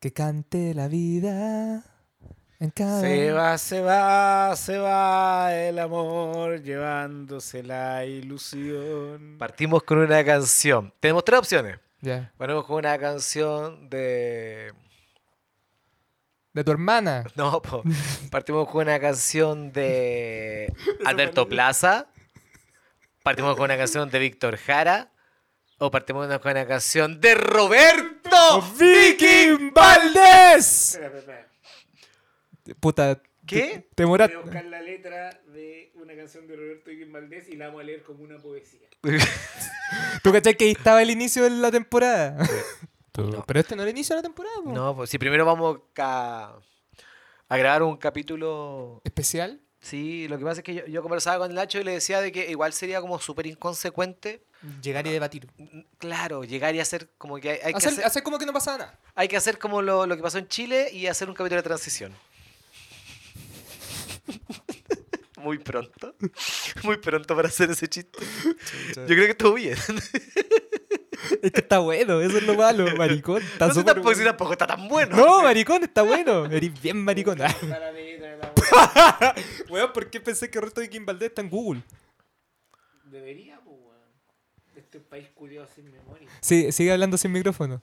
que cante la vida en cada... Se va, se va, se va el amor llevándose la ilusión. Partimos con una canción. Tenemos tres opciones. Ya. Ponemos con una canción de. De tu hermana. No, po. partimos con una canción de Alberto Plaza. Partimos con una canción de Víctor Jara. O partimos con una canción de Roberto ¡Viking ¡Oh, Valdés! Puta. ¿Qué? Te, te Voy moraste. a buscar la letra de una canción de Roberto Iquín Valdés y la vamos a leer como una poesía. ¿Tú cachai que ahí estaba el inicio de la temporada? Tú- Pero este no era el inicio de la temporada, po. No, pues si primero vamos ca- a grabar un capítulo ¿Especial? Sí, lo que pasa es que yo, yo conversaba con Nacho y le decía de que igual sería como súper inconsecuente, Llegar y debatir. mm, claro, llegar y hacer como que hay, hay que, Hacer, hacer, hacer como que no pasaba nada. hay que hacer como lo, lo que pasó en Chile y hacer un capítulo de transición. Muy pronto, muy pronto para hacer ese chiste. Eh, Yo creo que estuvo bien. Es que está bueno, eso es lo malo, maricón. Está No sé súper tampoco bueno. si tampoco está tan bueno. No, maricón, está bueno. Eres bien maricón. Ah, Está la letra de la Weón, ¿por qué pensé que Roberto de Kim Valdés está en Google? Debería, pues, weón. Este es un país curioso sin memoria. Sí, sigue hablando sin micrófono.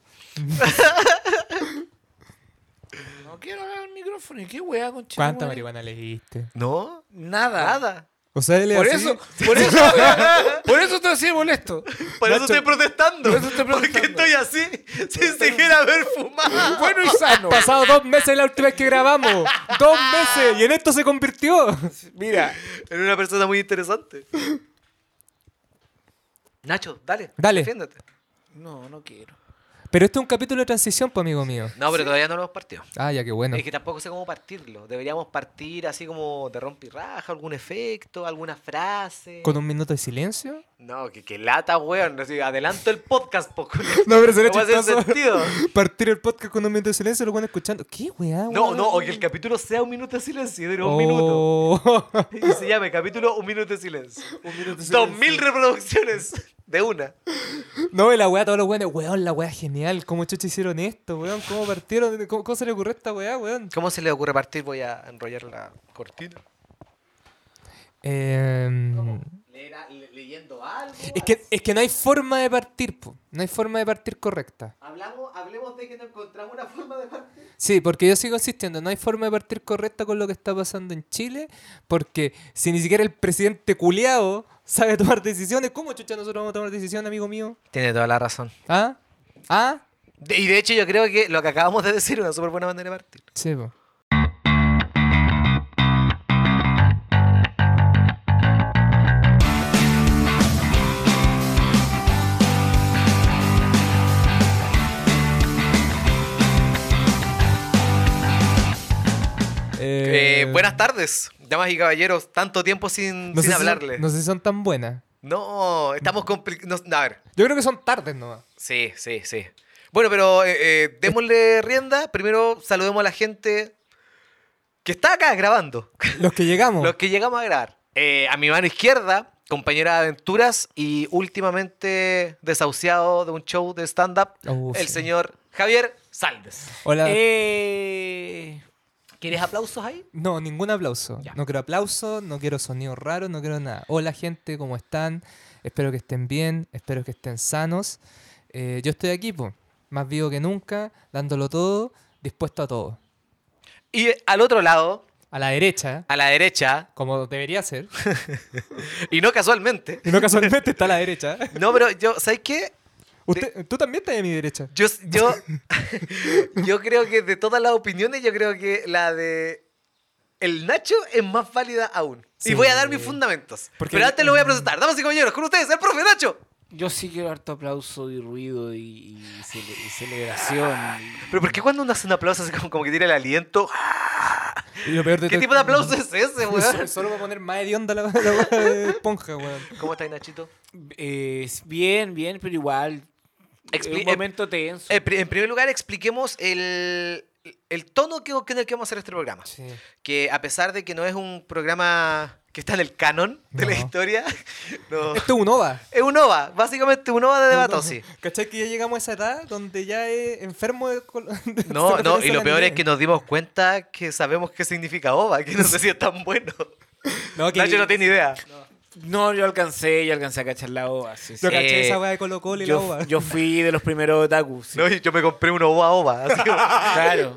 No quiero hablar al micrófono. ¿Y qué weá con ¿Cuánta marihuana leíste? ¿No? Nada. Nada. O sea, él es Por así. eso, por eso, por eso estoy así de molesto. Por eso Nacho, estoy protestando. por eso estoy Porque protestando. estoy así sin siquiera haber fumado. Bueno y sano. Pasado dos meses la última vez que grabamos. Dos meses. Y en esto se convirtió. Mira, Era una persona muy interesante. Nacho, dale. Dale. Defiéndete. no, no quiero. Pero este es un capítulo de transición, pues, amigo mío. No, pero todavía no lo hemos partido. Ah, ya, qué bueno. Es que tampoco sé cómo partirlo. Deberíamos partir así como de rompirraja, algún efecto, alguna frase. Con un minuto de silencio. No, que, que lata, weón. Así, adelanto el podcast, po. culo. No, pero No hace sentido. Partir el podcast con un minuto de silencio, lo van escuchando. ¿Qué, weá? No, weón? no, o que el capítulo sea un minuto de silencio. Dure un minuto. Oh. Y se llame capítulo Un Minuto de Silencio. Un minuto de Dos silencio. mil reproducciones de una. No, y la weá, todos los weones, weón, la weá genial. ¿Cómo chucha hicieron esto, weón? ¿Cómo partieron? ¿Cómo, cómo se le ocurrió esta weá, weón? ¿Cómo se le ocurre partir? Voy a enrollar la cortina. Em, leyendo algo. es, que, es que no hay forma de partir, po. No hay forma de partir correcta. Hablamos, hablemos de que no encontramos una forma de partir. Sí, porque yo sigo insistiendo, no hay forma de partir correcta con lo que está pasando en Chile, porque si ni siquiera el presidente culiao sabe tomar decisiones, ¿cómo chucha nosotros vamos a tomar decisiones, amigo mío? Tiene toda la razón. ¿Ah? ¿Ah? De- y de hecho, yo creo que lo que acabamos de decir es una súper buena manera de partir. Sí, po. Eh, Eh, buenas tardes, damas y caballeros. Tanto tiempo sin, no sin sé si son- hablarles. no sé si son tan buenas. no... estamos complicados. A ver, Yo creo que son tardes nomás. sí, sí, sí. Bueno, pero eh, eh, démosle rienda. Primero saludemos a la gente que está acá grabando. Los que llegamos. Los que llegamos a grabar. Eh, a mi mano izquierda, compañera de aventuras y últimamente desahuciado de un show de stand-up, Oh, el sí. Ah. señor Javier Saldes. Hola. Eh, ¿Quieres aplausos ahí? No, ningún aplauso. Ya. No quiero aplauso, no quiero sonido raro, no quiero nada. Hola gente, ¿cómo están? Espero que estén bien, espero que estén sanos. Eh, yo estoy aquí, po, más vivo que nunca, dándolo todo, dispuesto a todo. Y al otro lado, A la derecha, a la derecha, como debería ser. y no casualmente. Y no casualmente está a la derecha. No, pero yo, ¿sabes qué? Usted, tú también estás a mi derecha. Yo, yo, yo creo que de todas las opiniones, yo creo que la de el Nacho es más válida aún. Sí. Y voy a dar mis fundamentos. Porque- pero antes lo voy a presentar. Damas y caballeros, con ustedes, el profe Nacho. Yo sí quiero harto aplauso y ruido y, y cele- y celebración. Pero ¿por qué cuando uno hace un aplauso así como, como que tira el aliento? Y lo peor de Ah, ¿Qué todo- tipo de aplauso es ese, Solo- weón? Solo para poner más hedionda la, la hueá de esponja, weón. ¿Cómo estás, Nachito? Eh, es bien, bien, pero igual. Es Expli- un momento tenso. Eh, pri- en primer lugar, expliquemos el, el tono que, en el que vamos a hacer este programa. Sí. Que a pesar de que no es un programa que está en el canon de la No. historia. No. Esto es un OVA. Es un OVA, básicamente un OVA de Batosi. ¿Cachai que ya llegamos a esa edad donde ya es enfermo de col- de No, hacer no, y referencia lo al peor es anime? que nos dimos cuenta que sabemos qué significa OVA, que no sé si es tan bueno. No, que- Nacho no tiene idea. No, yo alcancé, yo alcancé a cachar la OVA. sí, sí. Yo caché Eh, esa weá de Colo Colo y la Yo, OVA. yo fui de los primeros otakus. sí. No, y yo me compré un OVA OVA. así como- Claro.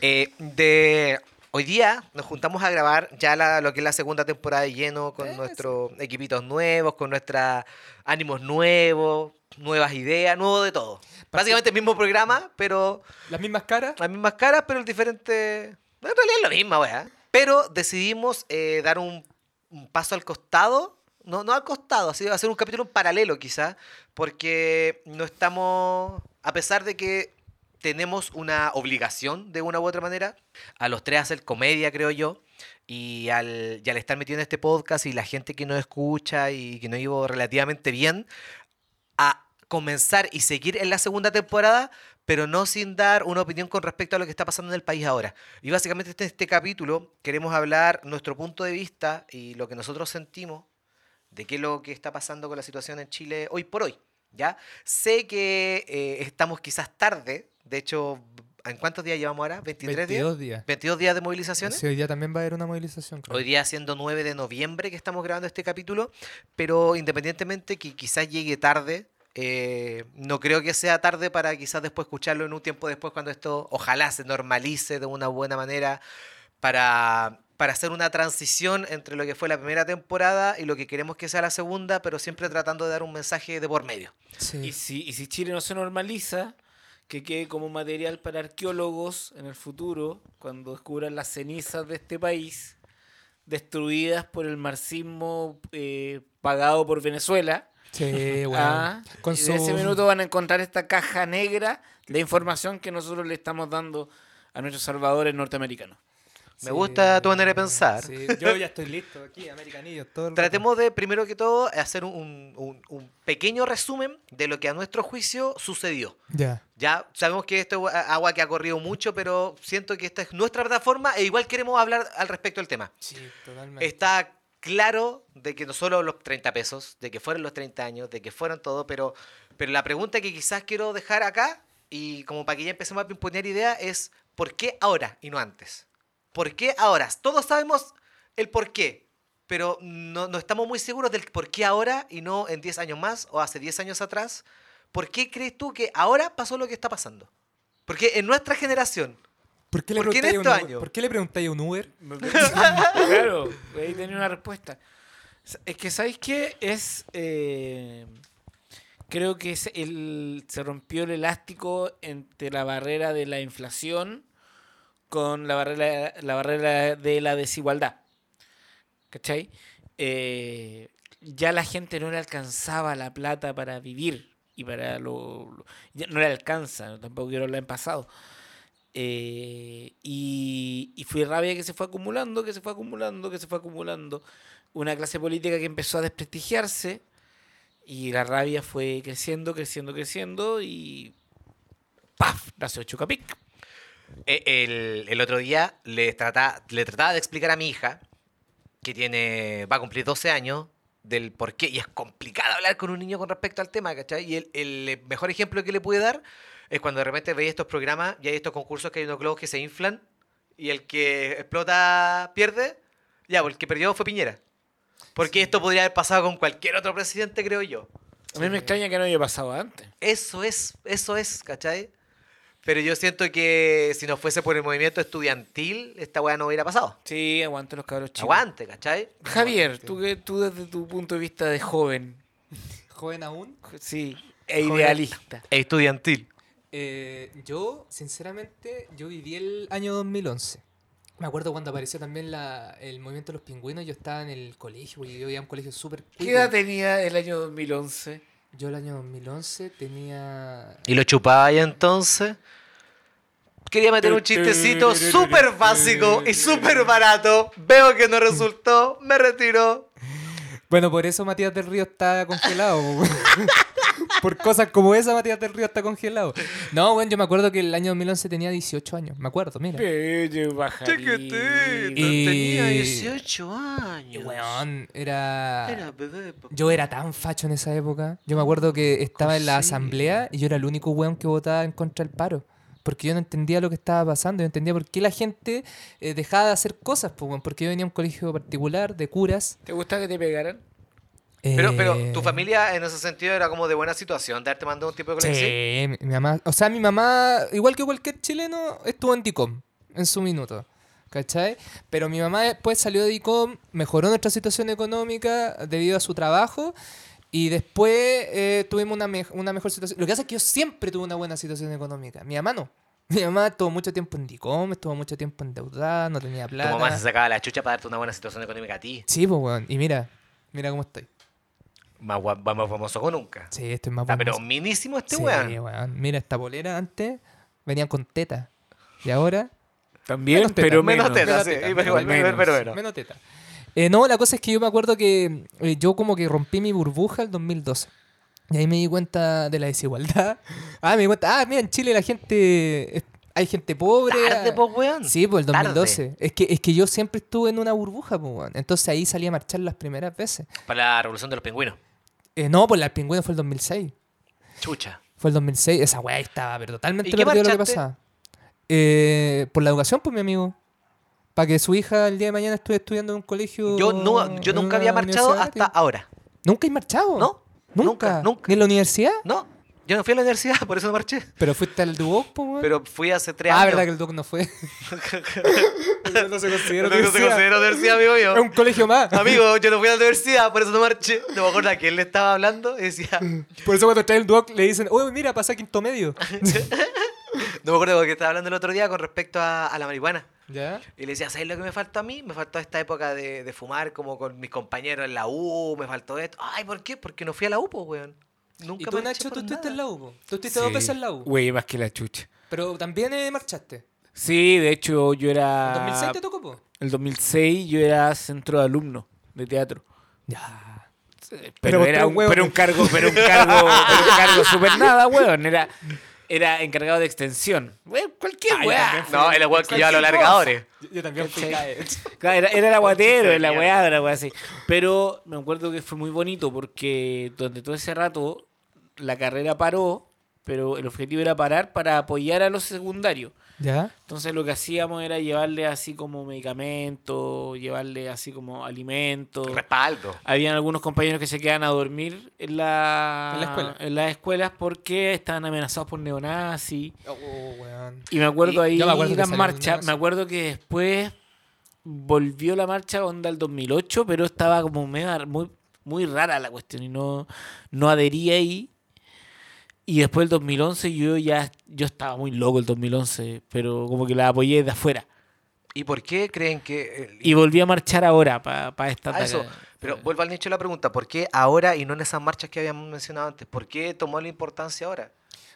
Eh, de hoy día nos juntamos a grabar ya la- lo que es la segunda temporada de lleno con nuestros equipitos nuevos, con nuestros ánimos nuevos, nuevas ideas, nuevo de todo. Básicamente el mismo programa, pero Las mismas caras. las mismas caras, pero el diferente. En realidad es la misma, weá. Pero decidimos eh, dar un, un paso al costado. No, no al costado, así hacer un capítulo en paralelo, quizá. Porque no estamos. A pesar de que tenemos una obligación de una u otra manera, a los tres hacer comedia, creo yo. Y al, y al estar metido en este podcast y la gente que no escucha y que no iba relativamente bien, a comenzar y seguir en la segunda temporada, pero no sin dar una opinión con respecto a lo que está pasando en el país ahora. Y básicamente en este capítulo queremos hablar nuestro punto de vista y lo que nosotros sentimos de qué es lo que está pasando con la situación en Chile hoy por hoy. ¿ya? Sé que eh, estamos quizás tarde, de hecho, ¿en cuántos días llevamos ahora? ¿23 días? 22 días. 22 días de movilizaciones. Sí, hoy día también va a haber una movilización. creo. Hoy día siendo 9 de noviembre que estamos grabando este capítulo, pero independientemente que quizás llegue tarde, eh, no creo que sea tarde para quizás después escucharlo en un tiempo después cuando esto ojalá se normalice de una buena manera para, para hacer una transición entre lo que fue la primera temporada y lo que queremos que sea la segunda, pero siempre tratando de dar un mensaje de por medio. Sí. Y si, y si Chile no se normaliza, que quede como material para arqueólogos en el futuro, cuando descubran las cenizas de este país, destruidas por el marxismo eh, pagado por Venezuela. Sí, weón. Ah, Con y su... de ese minuto van a encontrar esta caja negra de información que nosotros le estamos dando a nuestros salvadores norteamericanos. Me gusta tu manera de pensar. Sí, Yo ya estoy listo aquí, americanillo. Todo el rato. Tratemos de, primero que todo, hacer un- un- un pequeño resumen de lo que a nuestro juicio sucedió. Ya. Ya sabemos que esto es agua que ha corrido mucho, pero siento que esta es nuestra plataforma e igual queremos hablar al respecto del tema. Sí, totalmente. Está claro de que no solo los 30 pesos, de que fueron los 30 años, de que fueron todo, pero, pero la pregunta que quizás quiero dejar acá, y como para que ya empecemos a pimponear ideas, es ¿por qué ahora y no antes? ¿Por qué ahora? Todos sabemos el por qué, pero no, no estamos muy seguros del por qué ahora y no en 10 años más o hace 10 años atrás. ¿Por qué crees tú que ahora pasó lo que está pasando? Porque en nuestra generación, ¿Por qué le ¿por qué en este preguntáis a un estos Uber- años? ¿Por qué le preguntáis a un Uber? claro, ahí tenía una respuesta. S- Es que, ¿sabéis qué? Es. eh, creo que es el, se rompió el elástico entre la barrera de la inflación con la barrera, la barrera de la desigualdad. ¿Cachai? Eh, ya la gente no le alcanzaba la plata para vivir y para lo. lo- ya no le alcanza, tampoco quiero hablar en pasado. Eh, y, y fue rabia que se fue acumulando, que se fue acumulando, que se fue acumulando. Una clase política que empezó a desprestigiarse y la rabia fue creciendo, creciendo, creciendo y ¡paf! Nació Chucapic. E- El, el otro día le, trata- le trataba de explicar a mi hija, que tiene va a cumplir 12 años, del por qué. Y es complicado hablar con un niño con respecto al tema, ¿cachai? Y el, el mejor ejemplo que le pude dar es cuando de repente veis estos programas y hay estos concursos que hay unos globos que se inflan y el que explota pierde. Ya, pues el que perdió fue Piñera. Porque esto podría haber pasado con cualquier otro presidente, creo yo. A mí me extraña que no haya pasado antes. Eso es, eso es, ¿cachai? Pero yo siento que si no fuese por el movimiento estudiantil, esta weá no hubiera pasado. Sí, aguante los cabros chicos. Aguante, ¿cachai? Javier, tú, que, tú desde tu punto de vista de joven, ¿Joven aún? sí, e Joven. idealista. Estudiantil. Eh, yo, sinceramente, yo viví el año 2011. Me acuerdo cuando apareció también la- el movimiento de los pingüinos. Yo estaba en el colegio, güey, yo iba a un colegio súper ¿Qué cuico. edad tenía el año 2011? Yo el año 2011 tenía... ¿Y lo chupaba ya entonces? Quería meter un chistecito súper básico y súper barato. Veo que no resultó, me retiro. Bueno, por eso Matías del Río está congelado. güey. Por cosas como esa, Matías del Río está congelado. No, bueno, yo me acuerdo que el año 2011 tenía 18 años. Me acuerdo, mira. Bello Chiquitín, pajarito. Y- Tenía 18 años. Weón, era... Era bebé. papá. Yo era tan facho en esa época. Yo me acuerdo que estaba en la Cosita. asamblea y yo era el único weón que votaba en contra del paro. Porque yo no entendía lo que estaba pasando. Yo no entendía por qué la gente eh, dejaba de hacer cosas. Pues, weón, porque yo venía a un colegio particular de curas. ¿Te gusta que te pegaran? Pero, pero eh, tu familia en ese sentido era como de buena situación, de haberte mandado un tipo de Sí, colegio. mi, mi mamá. O sea, mi mamá, igual que cualquier chileno, estuvo en DICOM en su minuto. ¿Cachai? Pero mi mamá después salió de DICOM, mejoró nuestra situación económica debido a su trabajo. Y después eh, tuvimos una, mej- una mejor situación. Lo que pasa es que yo siempre tuve una buena situación económica. Mi mamá no. Mi mamá estuvo mucho tiempo en DICOM, estuvo mucho tiempo endeudada, no tenía Tu plata. mamá se sacaba la chucha para darte una buena situación económica a ti. Sí, pues, weón. Y mira, mira cómo estoy. Más, gua- más- más famoso que nunca. Sí, estoy más Está, pero bomboso. minísimo este Sí, weón. weón. Mira, esta polera antes venían con teta. Y ahora También, Menos teta, pero menos. Menos teta, menos sí. teta, Pero igual, menos. pero- pero bueno. Menos teta. Eh, no, la cosa es que yo me acuerdo que eh, yo como que rompí mi burbuja el 2012. Y ahí me di cuenta de la desigualdad. Ah, me di cuenta. Ah, mira, en Chile la gente. es- Hay gente pobre. Tarde, ah, po, weón. Sí, pues el Tarde. 2012. Es que, es que yo siempre estuve en una burbuja, pues, weón. Entonces ahí salí a marchar las primeras veces. Para la revolución de los pingüinos. Eh, no, pues la del pingüino fue el 2006. Chucha. Fue el 2006. Esa weá ahí estaba, pero totalmente ¿Y qué perdido lo que marchaste? pasaba. Eh, por la educación, pues, mi amigo. Para que su hija el día de mañana estuve estudiando en un colegio. Yo, no, yo en nunca una había marchado universidad, tío. hasta ahora. ¿Nunca he marchado? No, ¿Nunca? nunca, nunca. ¿Ni en la universidad? No, yo no fui a la universidad, por eso no marché. Pero fuiste al Duoc, pues, weón. Pero fui hace tres Ah, años. verdad que el Duoc no fue. no se considera No, no se considera universidad, amigo Es mío. un colegio más. Amigo, yo no fui a la universidad, por eso no marché. No me acuerdo a quién le estaba hablando y decía... Por eso cuando trae el Duoc le dicen, uy, mira, pasa a quinto medio. No me acuerdo porque estaba hablando el otro día con respecto a, a la marihuana. ¿Ya? Y le decía, ¿sabes lo que me faltó a mí? Me faltó esta época de, de fumar como con mis compañeros en la U, me faltó esto. Ay, ¿por qué? Porque no fui a la U, po, weón. Nunca y tú, marché Nacho, por tú estuviste nada. en la U. po. Tú estuviste dos veces en la U. Güey, más que la chucha. Pero también eh, marchaste. Sí, de hecho, yo ¿En era. 2006 te tocó, po? El 2006 yo era centro de alumno de teatro. Ya. Pero, Pero era vos un, tres pero un hueones. cargo, pero un cargo, pero un cargo super nada, weón. Era, era encargado de extensión. Weón, Ah, cualquier Ay, Ah, también weá. fui No, el agua que lleva los alargadores. Yo, yo también fui Sí. cae. Claro, era, era el aguatero, Conchita el de weá, la weá así. Pero me acuerdo que fue muy bonito porque durante todo ese rato la carrera paró, pero el objetivo era parar para apoyar a los secundarios. ¿Ya? Entonces lo que hacíamos era llevarle así como medicamentos, llevarle así como alimentos. Respaldo. Habían algunos compañeros que se quedaban a dormir en, la, En la escuela. en las escuelas porque estaban amenazados por neonazis. Oh, weón. Y me acuerdo Y- ahí yo me acuerdo que la salió marcha. neonazi. Me acuerdo que después volvió la marcha onda el 2008, pero estaba como mega- muy, muy rara la cuestión y no, no adherí ahí. Y después el 2011 yo ya yo estaba muy loco el 2011, pero como que la apoyé de afuera. ¿Y por qué creen que...? el- Y volví a marchar ahora para esta Ah, eso. tacada. Pero vuelvo al nicho de la pregunta. ¿Por qué ahora y no en esas marchas que habíamos mencionado antes? ¿Por qué tomó la importancia ahora?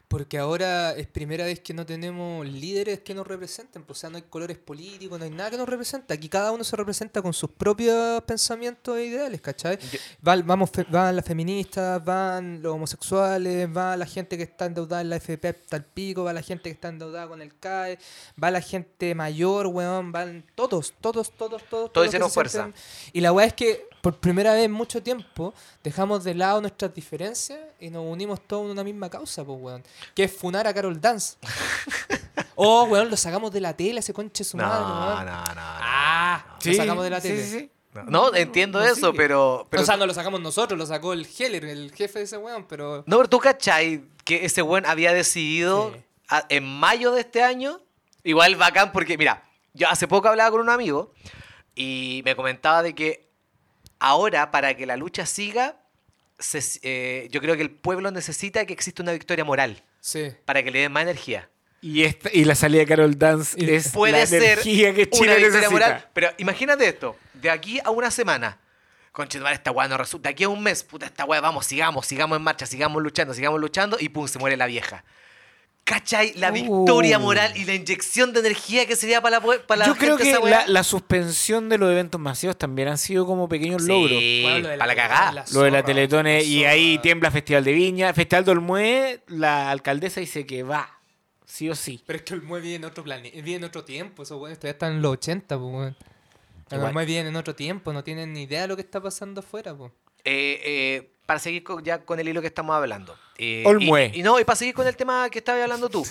Porque ahora es primera vez que no tenemos líderes que nos representen. pues, O sea, no hay colores políticos, no hay nada que nos represente. Aquí cada uno se representa con sus propios pensamientos e ideales, ¿cachai? Yo- Van, vamos, fe- van las feministas, van los homosexuales, va la gente que está endeudada en la FP hasta el pico, va la gente que está endeudada con el CAE, va la gente mayor, weón, van todos, todos, todos, todos. Todos hicieron que se fuerza. sienten- Y la weá es que por primera vez en mucho tiempo dejamos de lado nuestras diferencias y nos unimos todos en una misma causa, pues, weón. Que es funar a Carol Dance. oh, weón, lo sacamos de la tele, ese conche su madre, weón. no, no, no. Ah, lo sacamos de la tele. Sí, sí, No, no, entiendo eso, pero, pero- o sea, no lo sacamos nosotros, lo sacó el Heller, el jefe de ese weón, pero... No, pero tú cachai que ese weón había decidido Sí. a- en mayo de este año. Igual bacán, porque mira, yo hace poco hablaba con un amigo y me comentaba de que ahora, para que la lucha siga, se- eh, yo creo que el pueblo necesita que exista una victoria moral Sí. para que le den más energía. Y, esta, y la salida de Carol Dance Y es Puede la ser energía que Chile una victoria necesita. moral. Pero imagínate esto: de aquí a una semana. Conchetumar, esta weá no resulta. De aquí a un mes, puta, esta weá, vamos, sigamos, sigamos en marcha, sigamos luchando, sigamos luchando y pum, se muere la vieja. ¿Cachai? La Uh. victoria moral y la inyección de energía que sería para la, pue- para la Yo creo gente que esa weá. la, la suspensión de los eventos masivos también han sido como pequeños Sí, logros. Bueno, lo de la para la Teletón, cagada. la Lo de la zorra, Teletón la eh, y ahí zorra. tiembla Festival de Viña. Festival de Olmué, la alcaldesa dice que va. Sí o sí. Pero es que el Mue vive en otro planeta, vive en otro tiempo, esos weones todavía están en los 80, pues weón. Igual. Los Mue viven en otro tiempo, no tienen ni idea de lo que está pasando afuera, pues. Eh, eh, para seguir con- ya con el hilo que estamos hablando. Eh, Olmué. Y, y no, y para seguir con el tema que estabas hablando tú.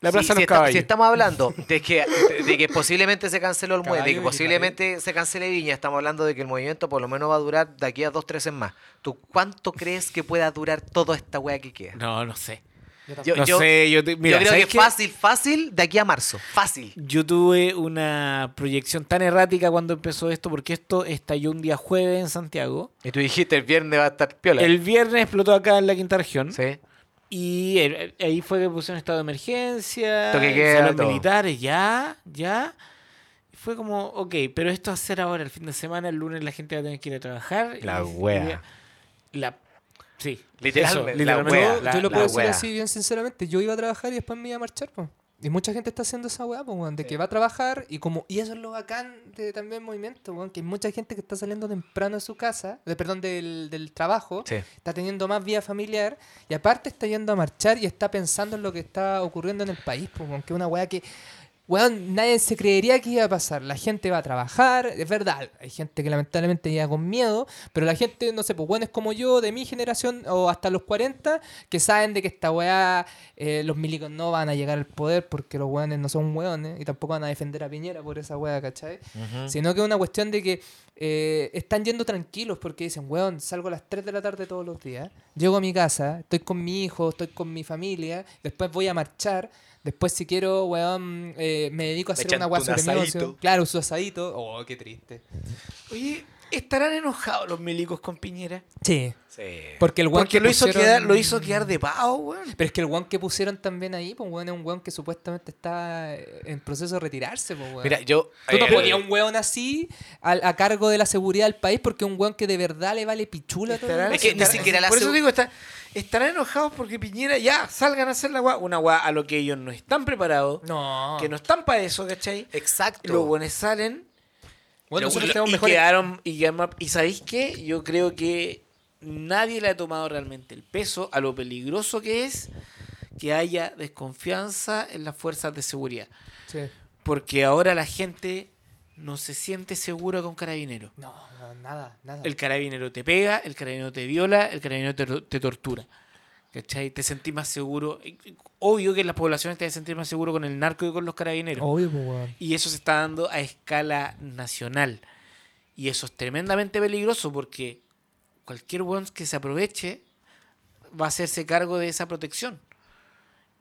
La Si- Plaza de si los esta- Caballos. si estamos hablando de que, de- de que posiblemente se cancele Olmué, de Caballo que y posiblemente se cancele Viña, estamos hablando de que el movimiento por lo menos va a durar de aquí a dos, tres en más. ¿Tú cuánto crees que pueda durar toda esta wea que queda? No, no sé. Yo- no yo- sé, yo, te- mira, Yo creo ¿sabes que qué? fácil, fácil, de aquí a marzo. Fácil. Yo tuve una proyección tan errática cuando empezó esto, porque esto estalló un día jueves en Santiago. Y tú dijiste, el viernes va a estar piola. El viernes explotó acá en la quinta región. Sí. Y el- ahí fue que pusieron estado de emergencia. Toque de queda, salieron todo. militares, ya, ya. Y fue como, ok, pero esto va a ser ahora el fin de semana, el lunes la gente va a tener que ir a trabajar. La y- wea. y- La. Sí. Literalmente, eso, la wea, Yo, la- yo lo la puedo decir wea. así bien sinceramente, yo iba a trabajar y después me iba a marchar, pues. Y mucha gente está haciendo esa weá, pues, weón, de que va a trabajar y como, y eso es lo bacán de también movimiento, weón, que hay mucha gente que está saliendo temprano de su casa, de, perdón, del, del trabajo, Sí. está teniendo más vida familiar y aparte está yendo a marchar y está pensando en lo que está ocurriendo en el país, pues, weón, que es una weá que, weón, nadie se creería que iba a pasar. La gente va a trabajar, es verdad, hay gente que lamentablemente llega con miedo, pero la gente, no sé, pues, weón, es como yo, de mi generación o hasta los 40, que saben de que esta weá, eh, los milicos no van a llegar al poder porque los weones no son weones y tampoco van a defender a Piñera por esa weá, ¿cachai? Sino que es una cuestión de que eh, están yendo tranquilos porque dicen, weón, salgo a las 3 de la tarde todos los días, llego a mi casa, estoy con mi hijo, estoy con mi familia, después voy a marchar, después si quiero, weón, eh, me dedico a Me hacer una chanto weá un sobre mi asadito. negocio. Claro, su asadito. Oh, qué triste. Oye, ¿estarán enojados los milicos con Piñera? Sí. Sí. Porque el weón Porque que lo, hizo pusieron- quedar, lo hizo quedar de pavo, weón. Pero es que el weón que pusieron también ahí, pues weón, es un weón que supuestamente está eh, en proceso de retirarse, pues weón. Mira, yo. Tú no eh, ponías un weón así al- a, cargo de la seguridad del país porque es un weón que de verdad le vale pichula a todo el Estarán- mundo. Es que ni estarán- siquiera la Por eso seg- digo, está- estarán enojados porque Piñera ya salgan a hacer la guá. Una guá a lo que ellos no están preparados, No. que no están para eso, ¿cachai? Exacto. Los buenos salen Bueno, Lo- nosotros lo- tenemos y mejores- quedaron. Y, quedaron- y sabéis qué? Yo creo que nadie le ha tomado realmente el peso a lo peligroso que es que haya desconfianza en las fuerzas de seguridad. Sí. Porque ahora la gente no se siente segura con carabineros. No, no, nada, nada. El carabinero te pega, el carabinero te viola, el carabinero te, te tortura. ¿Cachai? Te sentís más seguro. Obvio que en las poblaciones te vas a sentir más seguro con el narco que con los carabineros. Obvio, pues, weón. Y eso se está dando a escala nacional. Y eso es tremendamente peligroso porque cualquier weón que se aproveche va a hacerse cargo de esa protección.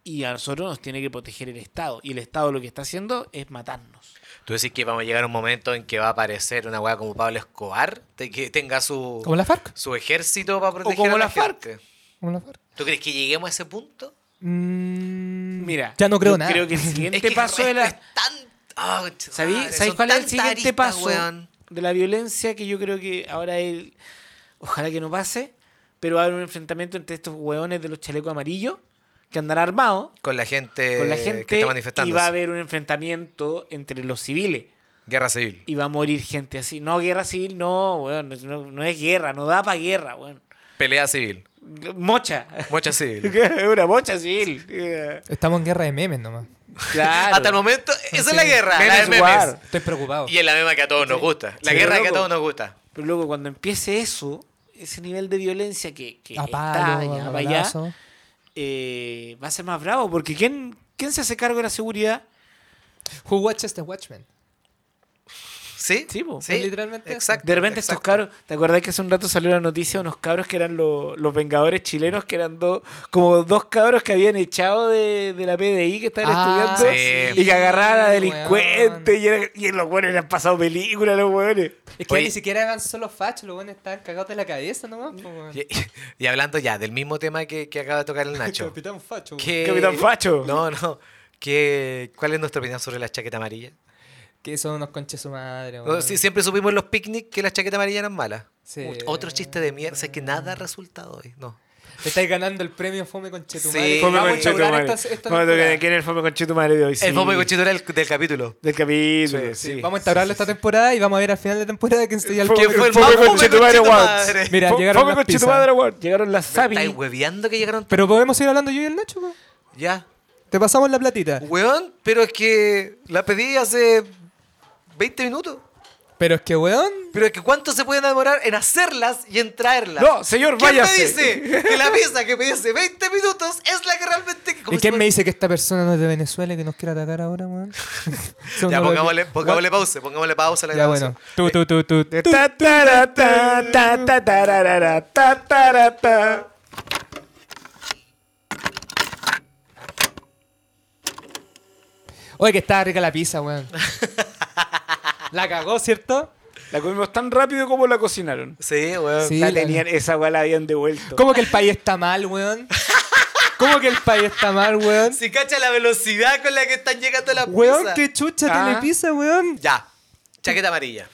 Y a nosotros nos tiene que proteger el Estado. Y el Estado lo que está haciendo es matarnos. Tú decís que vamos a llegar a un momento en que va a aparecer una weá como Pablo Escobar, de que tenga su, Como la FARC. su ejército para proteger como a la, la FARC. gente. Como la FARC. ¿Tú crees que lleguemos a ese punto? Mm, Mira, Ya no creo yo nada. Creo que el Es siguiente que paso de la. es tan- ah, concha ¿Sabí- madre, ¿Sabéis son cuál es el tantas siguiente aristas, paso weón. de la violencia que yo creo que ahora él, ojalá que no pase, pero va a haber un enfrentamiento entre estos hueones de los chalecos amarillos que andan armados Con la gente, con la Eh, que gente está y manifestando. va a haber un enfrentamiento entre los civiles Guerra civil. y va a morir gente así. No, guerra civil no, weón, no, no es guerra, no da para guerra, weón. Pelea civil. Mocha. Mucha civil. Es una mocha civil. Estamos en guerra de memes nomás. Claro. Hasta el momento, esa es la Sí. guerra. Memes la de memes. war. Estoy preocupado. Y es la misma que a todos nos gusta. La Sí, guerra que a loco. todos nos gusta. Pero luego cuando empiece eso, ese nivel de violencia que, que A está palo, ya a para allá, balazo. eh, va a ser más bravo. Porque ¿quién, ¿quién se hace cargo de la seguridad? Who watches the Watchmen? ¿Sí? Sí, po. Es literalmente eso. Exacto. De repente estos exacto. cabros, ¿te acordás que hace un rato salió la noticia de unos cabros que eran lo- los Vengadores chilenos, que eran dos, como dos cabros que habían echado de, de la PDI que estaban Ah, estudiando sí. y que agarraban a Sí, delincuentes y, eran- y en los buenos le han pasado películas los buenos. Es que Oye. ni siquiera eran solo fachos, los buenos estaban cagados de la cabeza nomás. po, weón. Y, y hablando ya del mismo tema que, que acaba de tocar el Nacho. Capitán facho. weón. que- Capitán Facho. Eh, No, no. Que, ¿Cuál es nuestra opinión sobre la chaqueta amarilla? Que son unos conches su madre. No, weón. sí, siempre supimos en los picnics que las chaquetas amarillas eran malas. Sí. Otro chiste de mierda. O sea, que nada ha resultado hoy. No. Te estáis ganando el premio Fome con Sí. Vamos Fome a con inaugurar Chetumare. esta- esta Vamos a tocar temporada. aquí en el Fome con Chetumare de hoy. sí. El Bobo y era el del capítulo. Del capítulo, sí. Sí, Vamos a instaurarlo esta temporada y vamos a ver al final de temporada quién se al Fome- ¿Quién fue el Fome más con Fome Chetumare con Awards. Chetumare? Mira, Fo- llegaron Fome las con pizzas. Chetumare Awards. Llegaron las Zapi. ¿Estáis hueveando que llegaron? Pero podemos ir hablando yo y el Nacho, po. Ya. Te pasamos la platita. Weón, pero es que la pedí hace 20 minutos. Pero es que, weón, Pero es que ¿cuánto se pueden demorar en hacerlas y en traerlas? No, señor, ¿Quién váyase. me dice que la pizza que pedí hace 20 minutos es la que realmente... como ¿Y si quién fuera- me dice que esta persona no es de Venezuela y que nos quiere atacar ahora, weón? Son Ya, unos- pongámosle, pongámosle pausa, pongámosle pausa a la Ya, grabación. bueno. Tú, tú, tú, tú. tú. Ta, ta, ta, ta, ta, tararara, ta, tarara, ta. Oye, que estaba rica la pizza, weón. La cagó, ¿cierto? La comimos tan rápido como la cocinaron. Sí, weón. Sí, la la- tenían, esa weá la habían devuelto. ¿Cómo que el país está mal, weón? ¿Cómo que el país está mal, weón? Si cacha la velocidad con la que están llegando las Weón, pizzas. qué chucha Ah. tiene pizza, weón. Ya, chaqueta amarilla.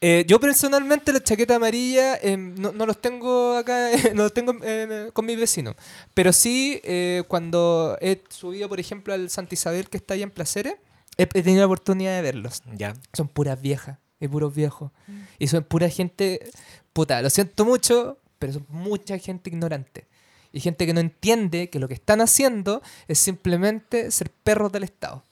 Eh, yo personalmente la chaqueta amarilla eh, no, no los tengo acá, no los tengo eh, con mis vecinos. Pero sí, eh, cuando he subido, por ejemplo, al Santa Isabel que está ahí en Placeres, he, he tenido la oportunidad de verlos. Ya. Son puras viejas y puros viejos. Mm. Y son pura gente, puta, lo siento mucho, pero son mucha gente ignorante. Y gente que no entiende que lo que están haciendo es simplemente ser perros del Estado.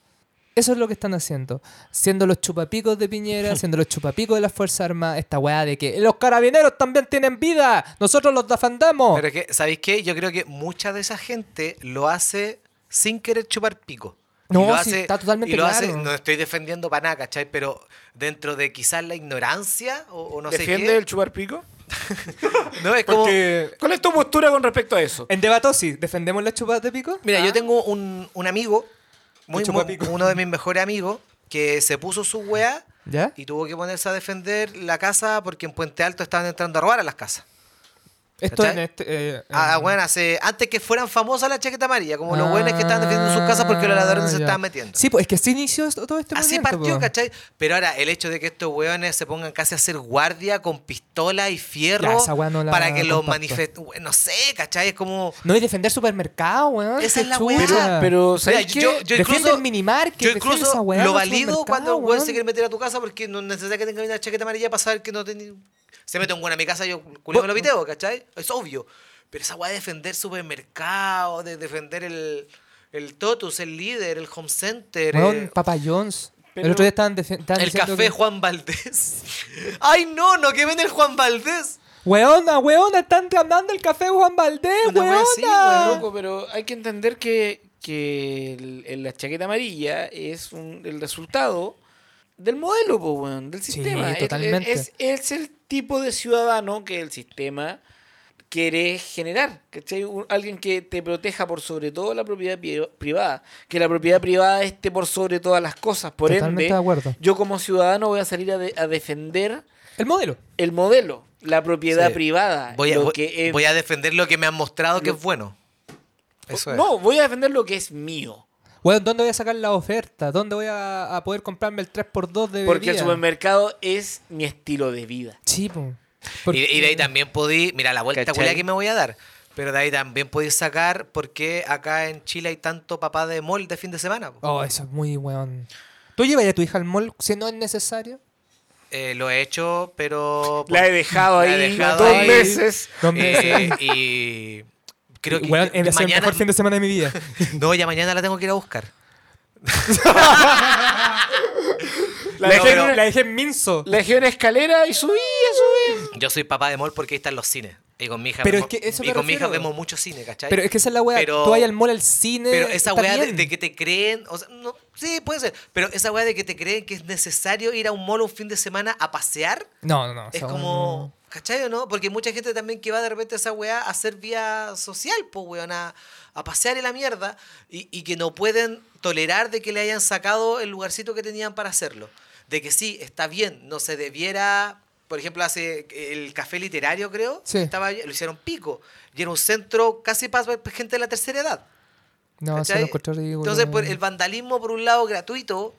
Eso es lo que están haciendo. Siendo los chupapicos de Piñera, siendo los chupapicos de las Fuerzas Armadas, esta weá de que los carabineros también tienen vida, nosotros los defendemos. Pero es que, ¿sabéis qué? Yo creo que mucha de esa gente lo hace sin querer chupar pico. Y No, lo sí, está totalmente y lo hace- claro. no estoy defendiendo para nada, ¿cachai? Pero dentro de quizás la ignorancia o, o no ¿Defiende el chupar pico? sé qué. No, es como... ¿Cuál es tu postura con respecto a eso? en Debatosis, ¿defendemos los chupapicos? ¿Ah? Mira, yo tengo un, un amigo, muy, chupa muy- pico. uno de mis mejores amigos, que se puso su weá ¿Ya? y tuvo que ponerse a defender la casa porque en Puente Alto estaban entrando a robar a las casas. Esto en ¿Cachai? este... eh, Ah, en- bueno, hace, antes que fueran famosas la chaqueta amarilla, como los Ah, buenos que estaban defendiendo sus casas porque los ladrones se ya. estaban metiendo. Sí, pues es que así inició esto- todo este Así movimiento, partió, po. ¿cachai? Pero ahora, el hecho de que estos hueones se pongan casi a hacer guardia con pistola y fierro Ya, esa hueá no la para que los comparto. manifesten. No sé, ¿cachai? Es como. No, y defender supermercado, weón. Esa qué es la chucha. weá. Pero, ¿sabes Mira, qué? yo- yo Defiende incluso- el minimarket, Yo defiende incluso esa weá, lo el valido supermercado, cuando un hueón se weón. quiere meter a tu casa porque no es necesario que tenga una chaqueta amarilla para saber que no tenés. Se mete un hueón a mi casa, yo culé me lo piteo, ¿cachai? Es obvio. Pero esa weá de defender supermercados, de defender el, el Totus, el líder, el home center. Weón, eh, Papa John's. pero- el otro día estaban, defen- estaban el diciendo café que- Juan Valdés. ¡Ay, no! ¡No quemen el Juan Valdés! Weona, weona, están hablando el café Juan Valdés, Una weona. wea así, Ah. weón, Loco, pero hay que entender que, que el- el- la chaqueta amarilla es un- el resultado del modelo, po, weón, del sistema. Es- totalmente. Es, es el tipo de ciudadano que el sistema quiere generar. ¿cachai? Un- alguien que te proteja por sobre todo la propiedad pi- privada. Que la propiedad privada esté por sobre todas las cosas. Por Totalmente de ende, acuerdo. yo como ciudadano voy a salir a, de- a defender El modelo. el modelo, la propiedad Sí. privada. Voy a, lo voy- que es- voy a defender lo que me han mostrado que lo- es bueno. Eso es. No, voy a defender lo que es mío. Weón, ¿dónde voy a sacar la oferta? ¿Dónde voy a, a poder comprarme el 3x2 de Porque el bebida? supermercado es mi estilo de vida. Sí, po. Y, y de ahí también podí, mira la vuelta ¿Cachai? culia que me voy a dar, pero de ahí también podí sacar por qué acá en Chile hay tanto papá de mall de fin de semana. po. Oh, eso es muy weón. ¿Tú llevas a tu hija al mall si no es necesario? Eh, lo he hecho, pero... La he dejado La he ahí dejado dos ahí. meses. ¿Dónde Eh, y creo que... Weón, ha sido el mañana, mejor fin de semana de mi vida. No, ya mañana la tengo que ir a buscar. La, La dejé, dejé, en una- la dejé en Minso. la dejé en una escalera y subí, subí. Yo soy papá de mall porque ahí están los cines. Y con mi hija, Pero vemos, es que eso y me con mi hija refiero. vemos mucho cine, ¿cachai? Pero es que esa es la weá. Pero- Tú vas al mall, al cine. Pero esa está weá de, bien. de que te creen, o sea, no, sí, puede ser, pero esa weá de que te creen que es necesario ir a un mall un fin de semana a pasear, No, no, no. es esa weá como, ¿cachai o no? Porque mucha gente también que va de repente a esa weá a hacer vía social, po weón, a, a pasear en la mierda y, y que no pueden tolerar de que le hayan sacado el lugarcito que tenían para hacerlo. De que sí, está bien, no se debiera... Por ejemplo, hace el café literario, creo, Sí. estaba, lo hicieron pico. Y era un centro casi para gente de la tercera edad. No, se ¿Cachai? lo encontré ridículo. Entonces, por el vandalismo, por un lado, gratuito,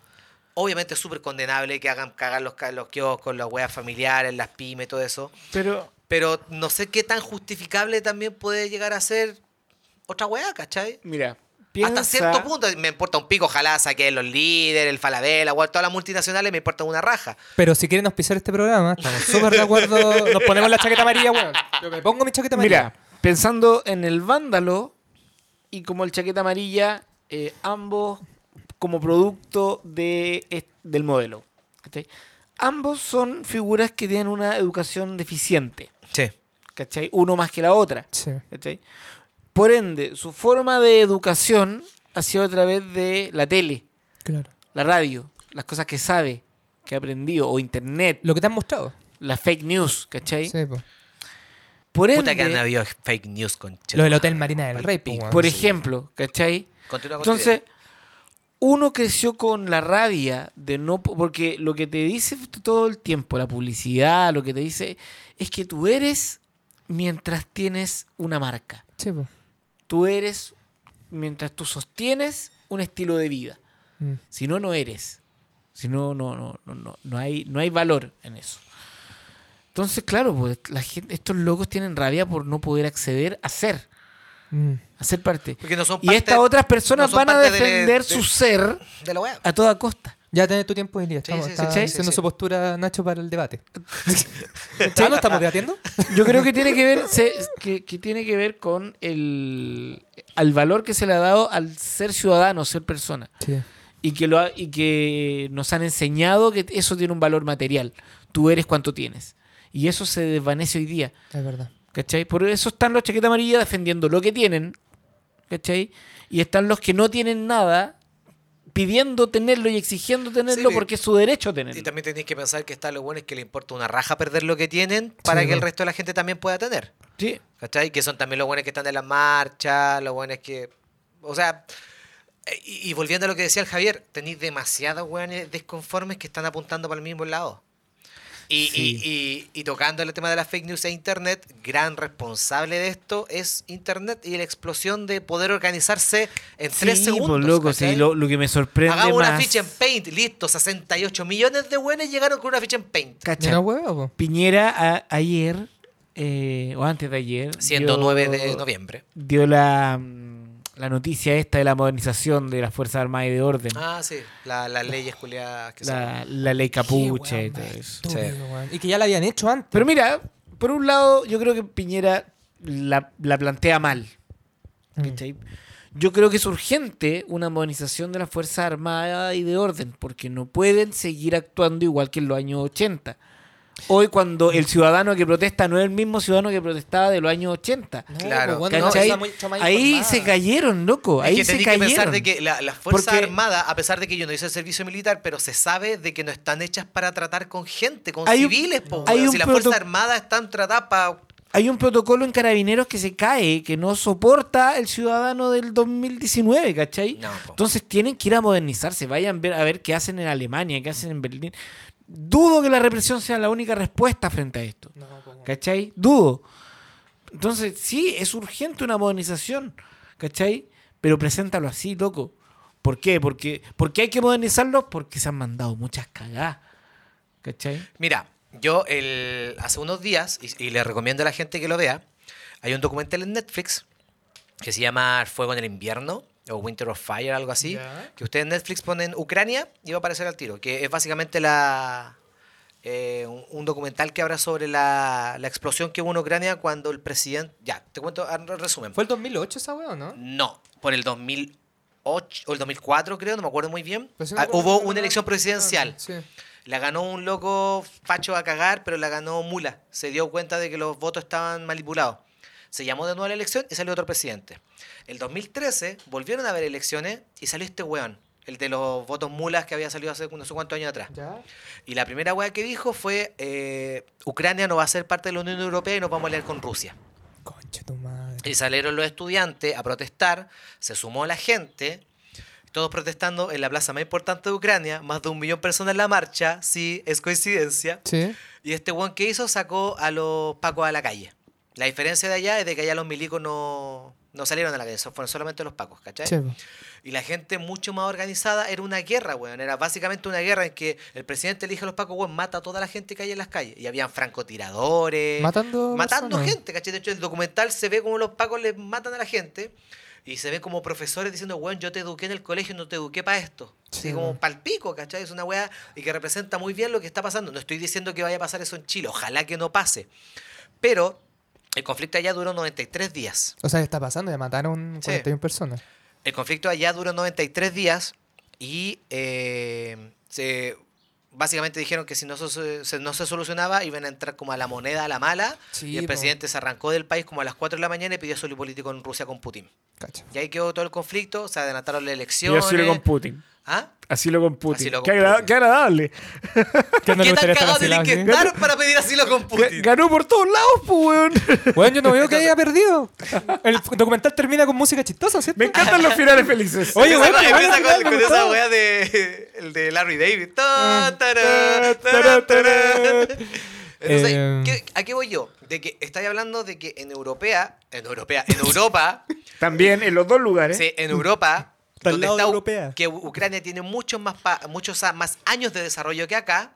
obviamente es súper condenable que hagan cagar los, ca- los kioscos, las weas familiares, las pymes, todo eso. Pero Pero no sé qué tan justificable también puede llegar a ser otra weá, ¿cachai? Mira, piensa, Hasta cierto punto me importa un pico, ojalá saquen los líderes, el Falabella, weón, todas las multinacionales me importa una raja. Pero si quieren auspiciar este programa, estamos súper de acuerdo. Nos ponemos la chaqueta amarilla, weón. Yo me pongo mi chaqueta amarilla. Mira, pensando en el vándalo y como el chaqueta amarilla, eh, ambos como producto de, est- del modelo. ¿cachai? Ambos son figuras que tienen una educación deficiente, Sí. ¿cachai? Uno más que la otra. Sí. ¿cachai? Por ende, su forma de educación ha sido a través de la tele, Claro. la radio, las cosas que sabe, que ha aprendido, o internet, Lo que te han mostrado. las fake news, ¿cachai? Sí, po. Por ende, Puta que han habido fake news con Lo del Hotel Marina del Rey, po, weón. por Sí. ejemplo, ¿cachai? Continúa con tu Entonces, uno creció con la rabia de no. po- Porque lo que te dice todo el tiempo, la publicidad, lo que te dice, es que tú eres mientras tienes una marca. Sí, po. Tú eres mientras tú sostienes un estilo de vida. Mm. Si no, no eres. Si no, no, no, no, no, no hay, no hay valor en eso. Entonces, claro, pues, la gente, estos locos tienen rabia por no poder acceder a ser, Mm. a ser parte. Porque no son Y estas otras personas no son van a parte de- defender de- su ser de la weá. a toda costa. Ya tenés tu tiempo, Elías. Sí, Estamos sí, sí, está sí, sí, diciendo sí. su postura, Nacho, para el debate. ¿Ya no estamos debatiendo? Yo creo que tiene que ver, se- que, que tiene que ver con el al valor que se le ha dado al ser ciudadano, ser persona. Sí. Y que, lo ha- y que nos han enseñado que eso tiene un valor material. Tú eres cuanto tienes. Y eso se desvanece hoy día. Es verdad. ¿Cachai? Por eso están los chaqueta amarilla defendiendo lo que tienen. ¿Cachai? Y están los que no tienen nada pidiendo tenerlo y exigiendo tenerlo Sí, porque es su derecho tenerlo. Y también tenéis que pensar que está lo bueno es que le importa una raja perder lo que tienen para Sí, que el po. resto de la gente también pueda tener. Sí. ¿Cachai? Que son también los buenos que están en la marcha, los buenos que. O sea. eh, Y, y volviendo a lo que decía el Javier, tenéis demasiados buenos desconformes que están apuntando para el mismo lado. Y, y- y- y tocando el tema de las fake news e internet, gran responsable de esto es internet y la explosión de poder organizarse en tres Sí, segundos. pues, loco, sí, ¿cachai? lo, lo que me sorprende Hagamos más. una ficha en Paint, listo, 68 millones de buenos llegaron con una ficha en Paint. Cacha, ¿Ya no huevo, po? Piñera a- ayer, eh, o antes de ayer, Siendo dio- 9 de noviembre. Dio la, mm, la noticia esta de la modernización de las Fuerzas Armadas y de Orden. Ah, sí, la- las leyes culiadas que son. la, la ley capucha y todo eso. Estúpido, weón. Y que ya la habían hecho antes. Pero mira, por un lado, yo creo que Piñera la, la plantea mal. Mm. ¿cachai? Yo creo que es urgente una modernización de las Fuerzas Armadas y de Orden, porque no pueden seguir actuando igual que en los años 80. Hoy cuando el ciudadano que protesta no es el mismo ciudadano que protestaba de los años 80. No, Claro. po, weón, no, ¿Cachai? está mucho más ahí informada. se cayeron, loco. Es Ahí que se tenés que pensar cayeron. de que la, la Fuerza Porque- Armada, a pesar de que yo no hice el servicio militar, pero se sabe de que no están hechas para tratar con gente, con Hay un- civiles. po, hay weón. un si las proto- Fuerzas Armadas están tratadas para... Hay un protocolo en carabineros que se cae, que no soporta el ciudadano del 2019, ¿cachai? No, po. Entonces tienen que ir a modernizarse, vayan ver, a ver qué hacen en Alemania, qué hacen en Berlín. Dudo que la represión sea la única respuesta frente a esto. No, po, weón. ¿Cachai? Dudo. Entonces, sí, es urgente una modernización. ¿Cachai? Pero preséntalo así, loco. ¿Por qué? Porque, porque hay que modernizarlos porque se han mandado muchas cagadas. ¿Cachai? Mira, yo el, hace unos días, y, y le recomiendo a la gente que lo vea, hay un documental en Netflix que se llama Fuego en el invierno o Winter of Fire, algo así, Ya. que ustedes en Netflix ponen Ucrania y va a aparecer al tiro, que es básicamente la eh, un, un documental que habla sobre la, la explosión que hubo en Ucrania cuando el presidente... Ya, te cuento, en resumen. ¿Fue el 2008 esa weón, no? No, por el 2008 o el 2004 creo, no me acuerdo muy bien. Pero sí me Ah, acuerdo hubo que una era- elección presidencial. ah, Sí. La ganó un loco facho a cagar, pero la ganó Mula. Se dio cuenta de que los votos estaban manipulados. Se llamó de nuevo a la elección y salió otro presidente. El 2013 volvieron a haber elecciones y salió este weón, el de los votos mulas que había salido hace no sé cuántos años atrás. ¿Ya? Y la primera weá que dijo fue, eh, Ucrania no va a ser parte de la Unión Europea y nos vamos a aliar con Rusia. Concha tu madre. Y salieron los estudiantes a protestar, se sumó la gente, todos protestando en la plaza más importante de Ucrania, más de un millón de personas en la marcha, sí, es coincidencia. Sí. Y este weón que hizo sacó a los pacos a la calle. La diferencia de allá es de que allá los milicos no, No salieron a la calle, so- fueron solamente los pacos, ¿cachai? Che, po. Y la gente mucho más organizada era una guerra, weón. Era básicamente una guerra en que el presidente elige a los pacos, weón, mata a toda la gente que hay en las calles. Y habían francotiradores. matando. Eh, matando personas. gente, ¿cachai? De hecho, el documental se ve como los pacos les matan a la gente y se ve como profesores diciendo, weón, yo te eduqué en el colegio, no te eduqué para esto. Sí, Así como weón. palpico, ¿cachai? Es una weá y que representa muy bien lo que está pasando. No estoy diciendo que vaya a pasar eso en Chile, ojalá que no pase. Pero el conflicto allá duró 93 días. O sea, está pasando, ya mataron Sí. 41 personas. El conflicto allá duró 93 días y eh, se, básicamente dijeron que si no se, se- no se solucionaba iban a entrar como a la moneda a la mala Sí, pues. y el po. presidente se arrancó del país como a las 4 de la mañana y pidió asilo político en Rusia con Putin. Cacha. Y ahí quedó todo el conflicto, se adelantaron las Yo elecciones. así lo con Putin. ¿Ah? Así lo con Putin. Asilo con qué, agrada- Putin. qué agradable. ¿Qué ¿Qué tan cagado así, tienen que así? estar para pedir asilo con Ga- Putin? Ganó por todos lados, pues, weón. Bueno, yo no veo que haya perdido. El documental termina con música chistosa, ¿cierto? Me encantan los finales felices. Oye, weón, Empieza con- qué buena empieza final, con, me con esa gustó. weá de, el de Larry David. Ta, Ah. tará, tará, tará. Entonces, Eh, ¿qué- ¿a qué voy yo? De que estáis hablando de que en Europea, en Europea, en Europa, También en los dos lugares. sí, en Europa, Está ¿Eh? al donde lado de U- Europea. que U- Ucrania tiene muchos más pa- muchos a- más años de desarrollo que acá,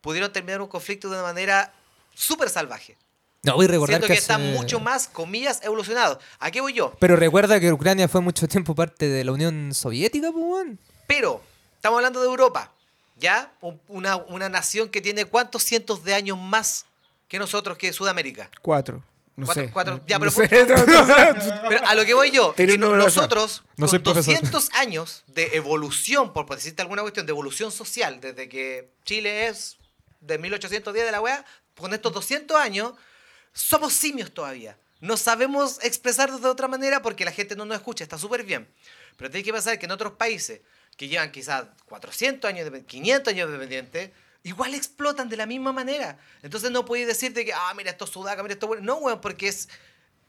pudieron terminar un conflicto de una manera súper salvaje. No, voy a recordar Siento que, que, están hace- mucho más, comillas, evolucionados. ¿A qué voy yo? Pero recuerda que Ucrania fue mucho tiempo parte de la Unión Soviética, pues, weón. Pero estamos hablando de Europa, ¿ya? Un- Una, una nación que tiene cuántos cientos de años más que nosotros, que Sudamérica. Cuatro. No Cuatro- sé. cuatro- ya, No pero- sé, no- no sé. Pero a lo que voy yo, Tiene que un no- número de nosotros, No soy con profesor. 200 años de evolución, por por decirte alguna cuestión, de evolución social, desde que Chile es de 1810 de la UEA, con estos 200 años, somos simios todavía. No sabemos expresarnos de otra manera porque la gente no nos escucha, está súper bien. Pero tienes que pensar que en otros países que llevan quizás 400 años, de- 500 años dependientes, igual explotan de la misma manera. Entonces no podéis decir de que, ah, mira, esto es sudaca, mira, esto es bueno. No, weón, porque es,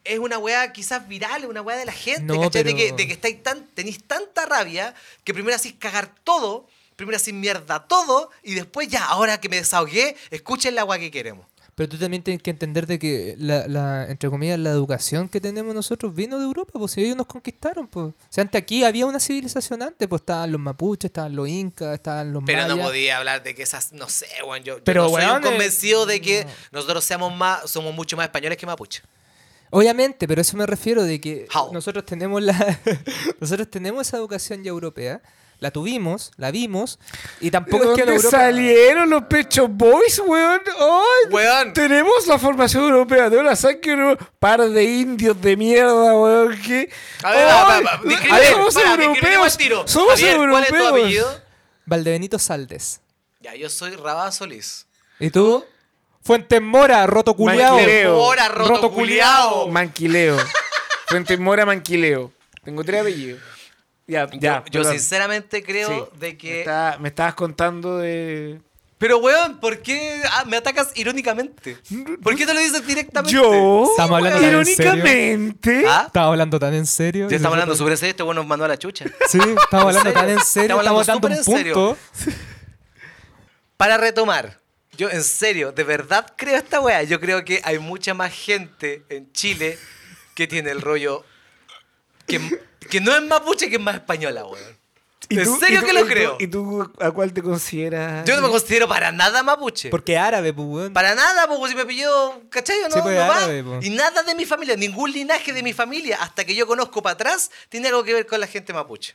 es una weá quizás viral, una weá de la gente, No, ¿cachai? De pero- que, de que estáis tan, tenéis tanta rabia que primero hacís cagar todo, primero hacís mierda todo y después ya, ahora que me desahogué, escuchen la weá que queremos. Pero tú también tienes que entender de que, la, la- entre comillas, la educación que tenemos nosotros vino de Europa, pues si ellos nos conquistaron, pues. O sea, antes aquí había una civilización antes, pues estaban los mapuches, estaban los incas, estaban los Pero no mayas. podía hablar de que esas, no sé, weón, yo, yo Pero, no soy un weón, eh, convencido de que nosotros seamos más, somos mucho más españoles que mapuche. Obviamente, pero a eso me refiero de que How? nosotros tenemos la nosotros tenemos esa educación ya europea, la tuvimos, la vimos y ¿De tampoco es que en dónde Europa salieron los Pecho Boys, weón? ¡Ay! Weón. Tenemos la formación europea, de una saque un par de indios de mierda, weón. ¿Qué? A ver, ¡Ay! va, va, va, describe- A ver, somos para, describe europeos. al tiro. Somos Javier, ¿Cuál europeos. es tu apellido? Valdebenito Saldes. Ya, yo soy Rabá Solís. ¿Y tú? Fuentes Mora, roto culiao. Manquileo. Ahora, roto, Roto culiao. Manquileo. Frente Mora Manquileo. Tengo tres apellidos. Ya, ya. Yo perdón. sinceramente creo Sí. de Me, que... está- me estabas contando de. Pero, weón, ¿por qué ah, me atacas irónicamente? ¿Por qué te lo dices directamente? Yo. Estamos hablando tan en serio. Irónicamente. ¿Ah? Estaba hablando tan en serio. Ya estamos Y hablando nosotros- sobre serio, este weón nos mandó a la chucha. Sí, estamos hablando tan en serio, Estamos hablando estamos dando un súper en serio. punto. Para retomar, yo en serio, de verdad creo esta weá. Yo creo que hay mucha más gente en Chile que tiene el rollo que, que no es mapuche, que es más española, weón. ¿En serio que lo y creo? ¿Y tú a cuál te consideras? Yo no me considero para nada mapuche. Porque árabe, pues, weón. Para nada, porque si me pilló, ¿cachai? o No, Sí, pues, no va. árabe, po. Y nada de mi familia, ningún linaje de mi familia, hasta que yo conozco para atrás, tiene algo que ver con la gente mapuche.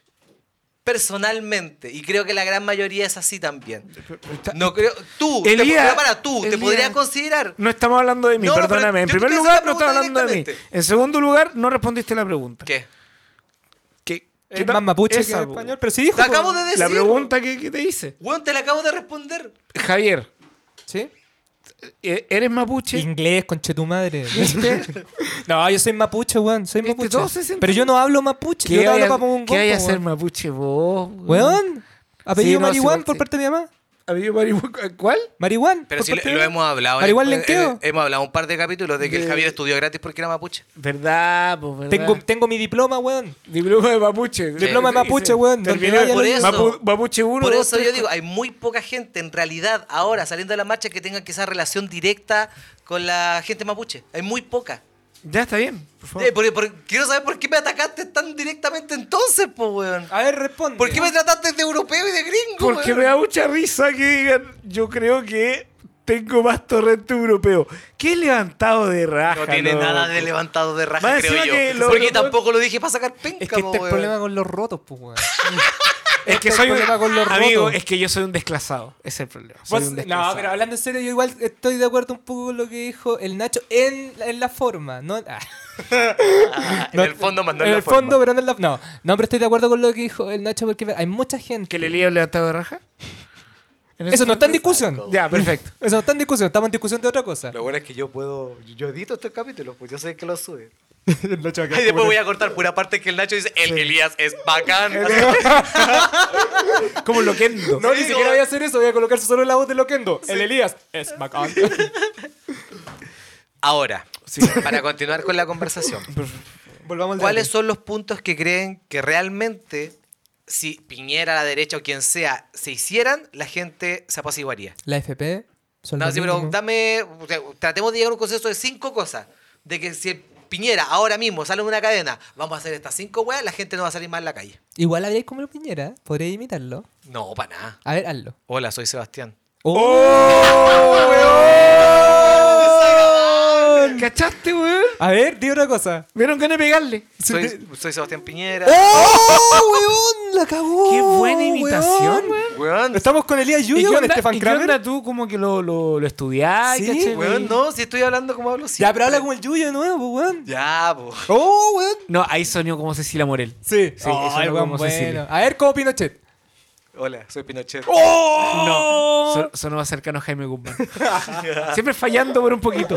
Personalmente, y creo que la gran mayoría es así también. No creo. Tú, te- Elías, pero para tú, te Elías. podrías considerar. No estamos hablando de mí, No, no, pero perdóname. En yo te primer hice lugar, la no estaba pregunta hablando de mí. directamente. En segundo lugar, no respondiste la pregunta. ¿Qué? ¿Qué? ¿Qué Es tal? más mapuche Esa, que pues. po. español, pero sí dijo. Te po. acabo de decir. La pregunta que, que te hice. Weón, te la acabo de responder. Javier, ¿Sí? ¿e- ¿eres mapuche? Inglés, conche tu madre. ¿Viste? No, yo soy mapuche, weón. Soy Viste, mapuche. todos se sienten- Pero yo no hablo mapuche. Yo no hablo papamongón, ¿Qué hay a po, ser weón. mapuche vos? weón? Weón. Apellido Sí, no, sí, marihuán igual por sí. parte de mi mamá. Apellido marihuana- ¿Cuál? Marihuán. Pero por si lo, parte lo de- hemos hablado. en- Marihuán en- lenqueo. en- Hemos hablado un par de capítulos de que el De- Javier estudió gratis porque era mapuche. ¿Verdad, pues, verdad. Tengo, tengo mi diploma, weón. Diploma de mapuche. Diploma de mapuche, Dice, weón, donde Terminé vaya Por por lo- eso. Mapu- mapuche 1. Por eso yo digo, hay muy poca gente en realidad ahora saliendo de la marcha que tenga que esa relación directa con la gente mapuche. Hay muy poca. Ya está bien, por favor. Eh, por- por- quiero saber por qué me atacaste tan directamente entonces, po, weón. A ver, responde. ¿Por qué me trataste de europeo y de gringo, Porque weón? me da mucha risa que digan, yo creo que tengo más torrente europeo. ¿Qué levantado de raja? No tiene loco? nada de levantado de Más raja, creo encima que yo. lo- Porque lo- tampoco lo dije para sacar penca, Es que po, este es el weón. problema con los rotos, pues, weón. es este que es soy el un problema con los amigo, rotos. es que yo soy un desclasado, ese es el problema. Soy Vos- no, un desclasado. pero hablando en serio, yo igual estoy de acuerdo un poco con lo que dijo el Nacho en, en la forma. No, Ah, Ah, en no- el fondo mandó en la el forma. fondo, pero no en la No, no, pero estoy de acuerdo con lo que dijo el Nacho porque hay mucha gente. ¿Que le lía un levantado de raja? ¿En Eso no está en discusión. Ya, perfecto. Eso no está en discusión, estamos en discusión de otra cosa. Lo bueno es que yo puedo. Yo edito estos capítulos, pues yo sé que los sube. El Nacho acá Y como después una- voy a cortar pura parte que el Nacho dice: El Elías es bacán. Así- Como loquendo. No, ni siquiera voy a hacer eso, voy a colocarse solo la voz de Loquendo. El Elías es bacán. Ahora, para continuar con la conversación, Volvamos al ¿cuáles debate. son los puntos que creen que realmente, si Piñera, la derecha o quien sea, se hicieran, la gente se apaciguaría? La FP, sueldo No, sí, pero mínimo. dame. o sea, tratemos de llegar a un consenso de cinco cosas. De que si Piñera ahora mismo sale en una cadena, vamos a hacer estas cinco weas, la gente no va a salir más en la calle. Igual habríais como lo Piñera, podríais imitarlo. No, para nada. A ver, hazlo. Hola, soy Sebastián. ¡Oh! ¿Cachaste, weón? A ver, di una cosa. Vieron ganas de pegarle. Soy, soy Sebastián Piñera. ¡Oh, weón! ¡La cagó! Qué buena imitación, weón. Weón, Estamos con Elías ¿Y Yuyo, qué con onda- Estefan y qué onda Kramer. tú como que lo, lo, lo estudiás? Sí, ¿cachai? weón, no, si estoy hablando como hablo siempre. Ya, pero habla como el Yuyo de nuevo, weón. Ya, po. ¡Oh, weón! No, ahí sonó como Cecilia Morel. Sí, Sí, eso el weón no vamos a bueno. decirle. A ver, ¿cómo Pinochet? Hola, soy Pinochet. ¡Oh! Oh. No, son- sonó más cercano a Jaime Guzmán. Siempre fallando por un poquito.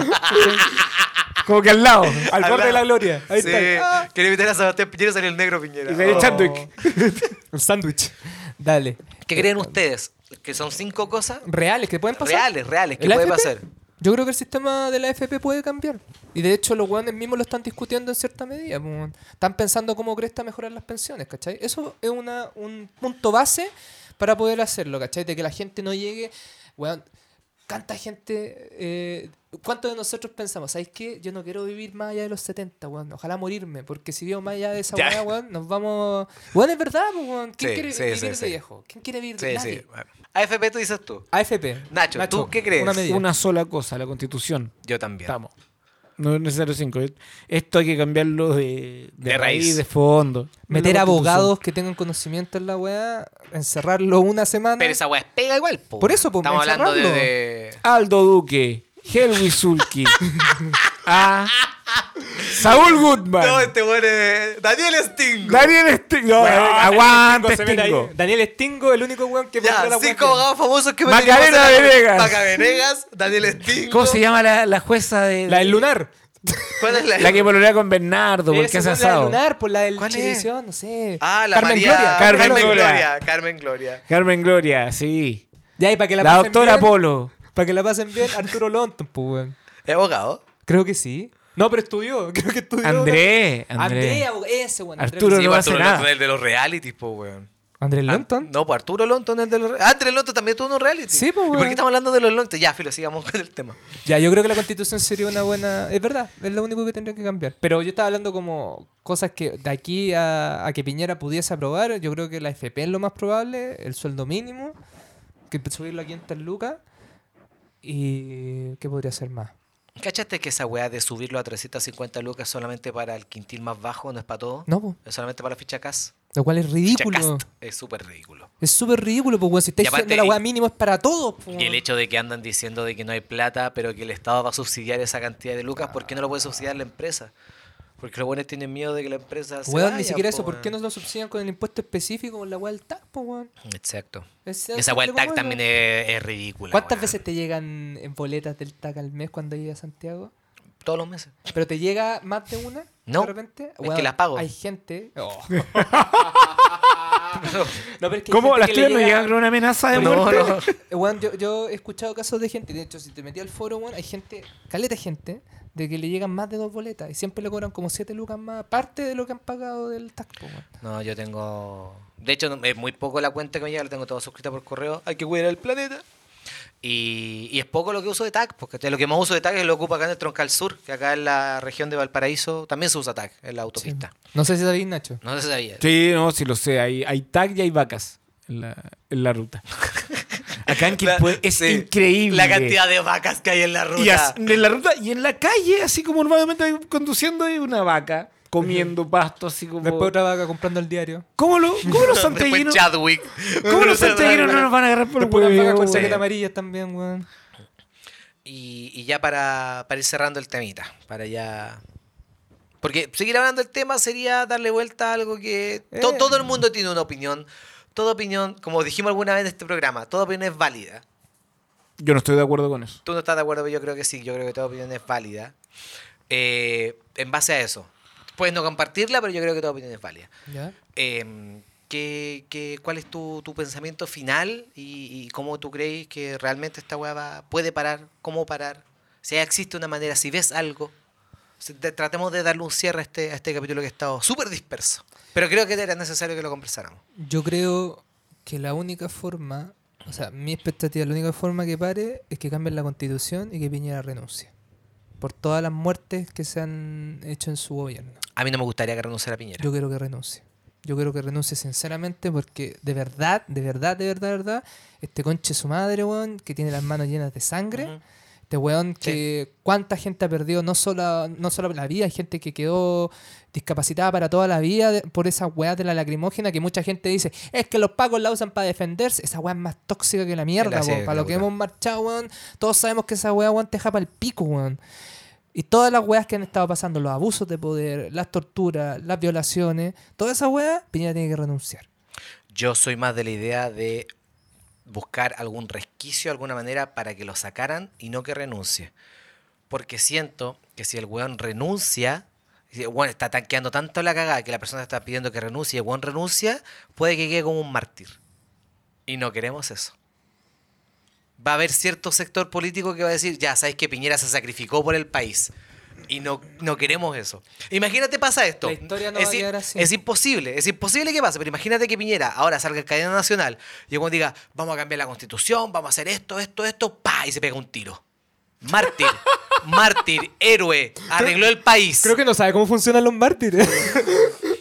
Como que al lado. Al Al borde de la lado. gloria. Ahí Sí, está. Ah, Quería invitar a Sebastián Piñera y salió el negro Piñera. Y salió Oh. el Chadwick. El sándwich. Dale. ¿Qué creen ustedes? ¿Que son cinco cosas? Reales, que pueden pasar. Reales, reales. ¿Qué ¿El puede AFP? pasar? Yo creo que el sistema de la FP puede cambiar. Y de hecho, los weones mismos lo están discutiendo en cierta medida. po, weón. Están pensando cómo cresta mejorar las pensiones, ¿cachai? Eso es una, un punto base para poder hacerlo, ¿cachai? De que la gente no llegue. Weón, ¿cuánta gente. eh, ¿Cuántos de nosotros pensamos? ¿Sabéis qué? Yo no quiero vivir más allá de los 70, weón. Ojalá morirme, porque si vivo más allá de esa Ya. weá, weón, nos vamos. Weón, es verdad, po, weón. ¿Quién Sí, quiere sí, vivir sí, de sí. viejo? ¿Quién quiere vivir de Sí, nadie? sí. AFP tú dices tú. AFP. Nacho, ¿tú qué crees? Una medida. Una sola cosa, la constitución. Yo también. Estamos. No es necesario cinco. Esto hay que cambiarlo de, de, De raíz, raíz. de fondo. Meter La constitución. abogados que tengan conocimiento en la weá, encerrarlo una semana. Pero esa weá es pega igual, po. Por eso, po, Estamos hablando de, encerrarlo. de- Aldo Duque, Helwi Zulki, a Saúl Goodman. No, este weón es... Daniel Stingo. Daniel Sting. No, Bueno, eh, Stingo aguante, se mete Stingo. ahí. Daniel Stingo, el único weón que Ya, mostró la cinco weá. abogados famosos que me Macarena tenemos acá. Venegas. Maca Venegas, Daniel Stingo. ¿Cómo se llama la, la jueza de. La del lunar. ¿Cuál es la, la que pololea con Bernardo, porque Esa hace weá, la del asado. lunar, por la del ¿Cuál es? televisión, no sé. Ah, la Carmen María. Gloria. Carmen Carmen Gloria. Gloria. Carmen Gloria. Carmen Gloria, sí. Ya, y para que la, La pasen doctora bien, Polo. Para que la pasen bien, Arturo Lonton, pues weón. ¿Es abogado? Creo que sí. No, pero estudió, creo que estudió. André, una- André, André. abog- ese weón. André Arturo Lonton. Sí, no va a hacer Arturo nada. Lonton es el de los realities, po, weón. ¿André Ah, Lonton? No, pues Arturo Lonton es el de los realities. André Lonton también tuvo unos reality. Sí, po, ¿Y por weón. qué estamos hablando de los Lonton? Ya, filo, sigamos con el tema. Ya, yo creo que la constitución sería una buena. Es verdad, es lo único que tendría que cambiar. Pero yo estaba hablando como cosas que de aquí a, a que Piñera pudiese aprobar. Yo creo que la FP es lo más probable, el sueldo mínimo, que subirlo aquí en tal lucas. ¿Y qué podría ser más? ¿Cachaste que esa weá de subirlo a 350 lucas solamente para el quintil más bajo no es para todo? No, po. Es solamente para la ficha CAS. lo cual es Ficha ridículo. cast. Es súper ridículo. Es súper ridículo, pues, weón. Si estáis Y aparte- diciendo la weá mínimo es para todos, pues, Y el hecho de que andan diciendo de que no hay plata, pero que el Estado va a subsidiar esa cantidad de lucas, ¿por qué no lo puede subsidiar la empresa? Porque los buenos tienen miedo de que la empresa se Weón, ni vaya, siquiera po, eso. ¿Por qué no weón. lo subsidian con el impuesto específico, con la weá del TAC, pues, weón? Exacto. Es- es Esa weá del simple TAC como también eso. es, es ridícula. ¿Cuántas weón. veces te llegan eh, boletas del TAC al mes cuando llegas a Santiago? Todos los meses. ¿Pero te llega más de una? No, De repente. es que las pago. Hay gente. no, pero es que hay ¿Cómo? gente ¿Las que tuyas le no llega- llegan con una amenaza de No, muerte? no. Weón, yo, yo he escuchado casos de gente. De hecho, si te metí al foro, weón, hay gente. Caleta gente. De que le llegan más de dos boletas. Y siempre le cobran como siete lucas más. Aparte de lo que han pagado del TAC, po, weón. No, yo tengo. De hecho, no- es muy poco la cuenta que me llega, la tengo toda suscrita por correo. Hay que cuidar el planeta. Y, y es poco lo que uso de tag, porque lo que más uso de tag es lo que ocupa acá en el Troncal Sur, que acá en la región de Valparaíso también se usa tag en la Sí. autopista. No sé si sabéis, Nacho. No se sabía. Sí, no, sí lo sé. Hay, hay tag y hay vacas en la, en la ruta. Acá en Quilpué pues, es Sí. increíble. La cantidad de vacas que hay en la ruta. Y as- en la ruta y en la calle, así como normalmente ahí conduciendo, hay una vaca comiendo pasto, así como. Después otra vaca comprando el diario. ¿Cómo, lo- cómo los Después santellinos? Chadwick. ¿Cómo los santellinos no nos van a agarrar por Después las vacas con chaqueta huevo? amarilla también, weón. Y, y ya para, para ir cerrando el temita, para ya... Porque seguir hablando del tema sería darle vuelta a algo que... to- Eh. Todo el mundo tiene una opinión. Toda opinión, como dijimos alguna vez en este programa, toda opinión es válida. Yo no estoy de acuerdo con eso. Tú no estás de acuerdo, pero yo creo que sí. Yo creo que toda opinión es válida. Eh, en base a eso. Puedes no compartirla, pero yo creo que toda opinión es válida. ¿Ya? Eh, ¿qué- qué- cuál es tu, tu pensamiento final y, y cómo tú crees que realmente esta hueá va- puede parar? ¿Cómo parar? Si existe una manera, si ves algo, si te- tratemos de darle un cierre a este, a este capítulo que ha estado súper disperso. Pero creo que era necesario que lo conversáramos. Yo creo que la única forma, o sea, mi expectativa, la única forma que pare es que cambien la constitución y que Piñera renuncie. Por todas las muertes que se han hecho en su gobierno. A mí no me gustaría que renunciara Piñera. Yo quiero que renuncie. Yo quiero que renuncie sinceramente porque de verdad, de verdad, de verdad, de verdad, este conche su madre, weón, que tiene las manos llenas de sangre, Ujú. este weón Sí. que cuánta gente ha perdido, no solo, no solo la vida, hay gente que quedó discapacitada para toda la vida de- por esa weá de la lacrimógena que mucha gente dice, es que los pagos la usan para defenderse, esa weá es más tóxica que la mierda, la- sí, weón, para la lo que puta. hemos marchado, weón, todos sabemos que esa weá, weón, te japa el pico, weón. Y todas las weas que han estado pasando, los abusos de poder, las torturas, las violaciones, toda esa wea, Piñera tiene que renunciar. Yo soy más de la idea de buscar algún resquicio, alguna manera para que lo sacaran y no que renuncie. Porque siento que si el weón renuncia, si el weón está tanqueando tanto la cagada que la persona está pidiendo que renuncie y el weón renuncia, puede que quede como un mártir. Y no queremos eso. Va a haber cierto sector político que va a decir, ya, sabes que Piñera se sacrificó por el país. Y no, no queremos eso. Imagínate pasa esto. La historia no es, va a i- quedar así. es imposible, es imposible que pase. Pero imagínate que Piñera ahora salga en cadena nacional y el weón diga, vamos a cambiar la constitución, vamos a hacer esto, esto, esto, pa, y se pega un tiro. Mártir, mártir, héroe, arregló el país. que no sabe cómo funcionan los mártires.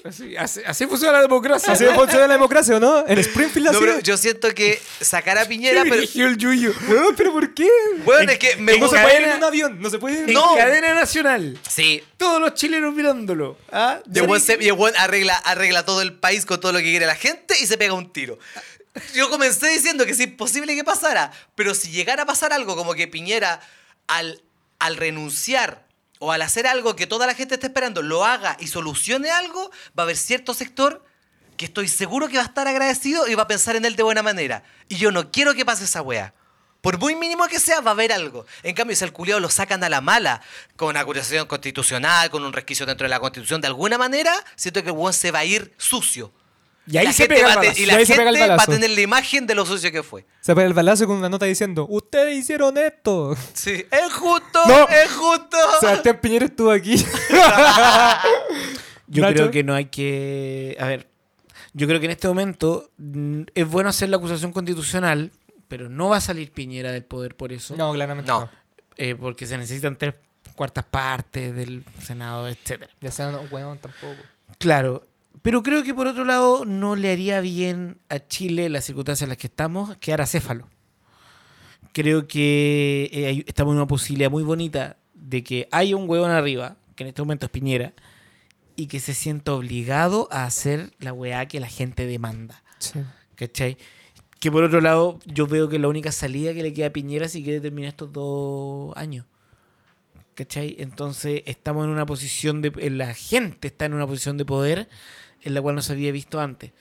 Así, así- así funciona la democracia. Así funciona la democracia, ¿o no? En Springfield No, pero yo siento que sacar a Piñera, pero el yuyo. pero ¿por qué? bueno, es que me en gusta. cadena- avión, no se puede No. En cadena nacional. Sí. Todos los chilenos mirándolo. ¿ah? Y el weón se- y el weón arregla, arregla todo el país con todo lo que quiere la gente y se pega un tiro. Yo comencé diciendo que es imposible que pasara, pero si llegara a pasar algo como que Piñera al, al renunciar o al hacer algo que toda la gente está esperando lo haga y solucione algo, va a haber cierto sector que estoy seguro que va a estar agradecido y va a pensar en él de buena manera. Y yo no quiero que pase esa wea. Por muy mínimo que sea, va a haber algo. En cambio, si al culiado lo sacan a la mala, con una acusación constitucional, con un resquicio dentro de la constitución, de alguna manera, siento que el weón se va a ir sucio. Y ahí La se gente pega va el a te- balazo. Y la Y ahí se gente pega el va a balazo. tener la imagen de lo sucio que fue. Se pega el balazo con una nota diciendo, ustedes hicieron esto. Sí, es justo, No. es justo. Sebastián Piñera estuvo aquí. Yo Nacho. creo que no hay que. A ver, yo creo que en este momento mm, es bueno hacer la acusación constitucional, pero no va a salir Piñera del poder por eso. no, claramente no. No. eh, porque se necesitan tres cuartas partes del Senado, etcétera. Ya sea no, weón, tampoco. Claro. Pero creo que por otro lado no le haría bien a Chile las circunstancias en las que estamos quedar acéfalo. Creo que eh, hay- estamos en una posibilidad muy bonita de que haya un huevón arriba, que en este momento es Piñera, y que se sienta obligado a hacer la weá que la gente demanda. Sí. ¿Cachai? Que por otro lado, yo veo que la única salida que le queda a Piñera es si quiere terminar estos dos años. ¿Cachai? Entonces estamos en una posición de... eh, La gente está en una posición de poder en la cual no se había visto antes.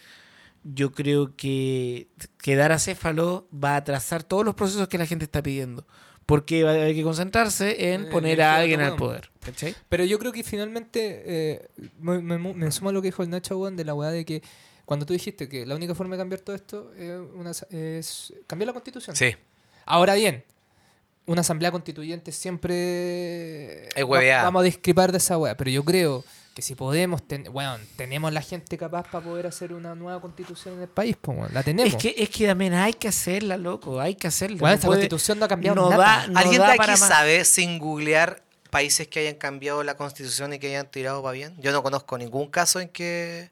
Yo creo que quedar acéfalo va a atrasar todos los procesos que la gente está pidiendo. Porque va a haber que concentrarse en Eh, poner elegir a otro alguien al weón. poder. ¿Cachai? Pero yo creo que finalmente eh, me, me, me sumo a lo que dijo el Nacho weón, de la weá de que cuando tú dijiste que la única forma de cambiar todo esto es, una asa- es cambiar la constitución. Ahora bien, una asamblea constituyente siempre Es hueveada. vamos a discrepar de esa weá, pero yo creo que si podemos, ten- weón, tenemos la gente capaz para poder hacer una nueva constitución en el país, po, weón. La tenemos. Es que, es que también hay que hacerla, loco. Hay que hacerla. Weón, no esta puede- constitución no ha cambiado no nada. da- no ¿Alguien de da aquí para más. sabe, sin googlear, países que hayan cambiado la constitución y que hayan tirado para bien? Yo no conozco ningún caso en que...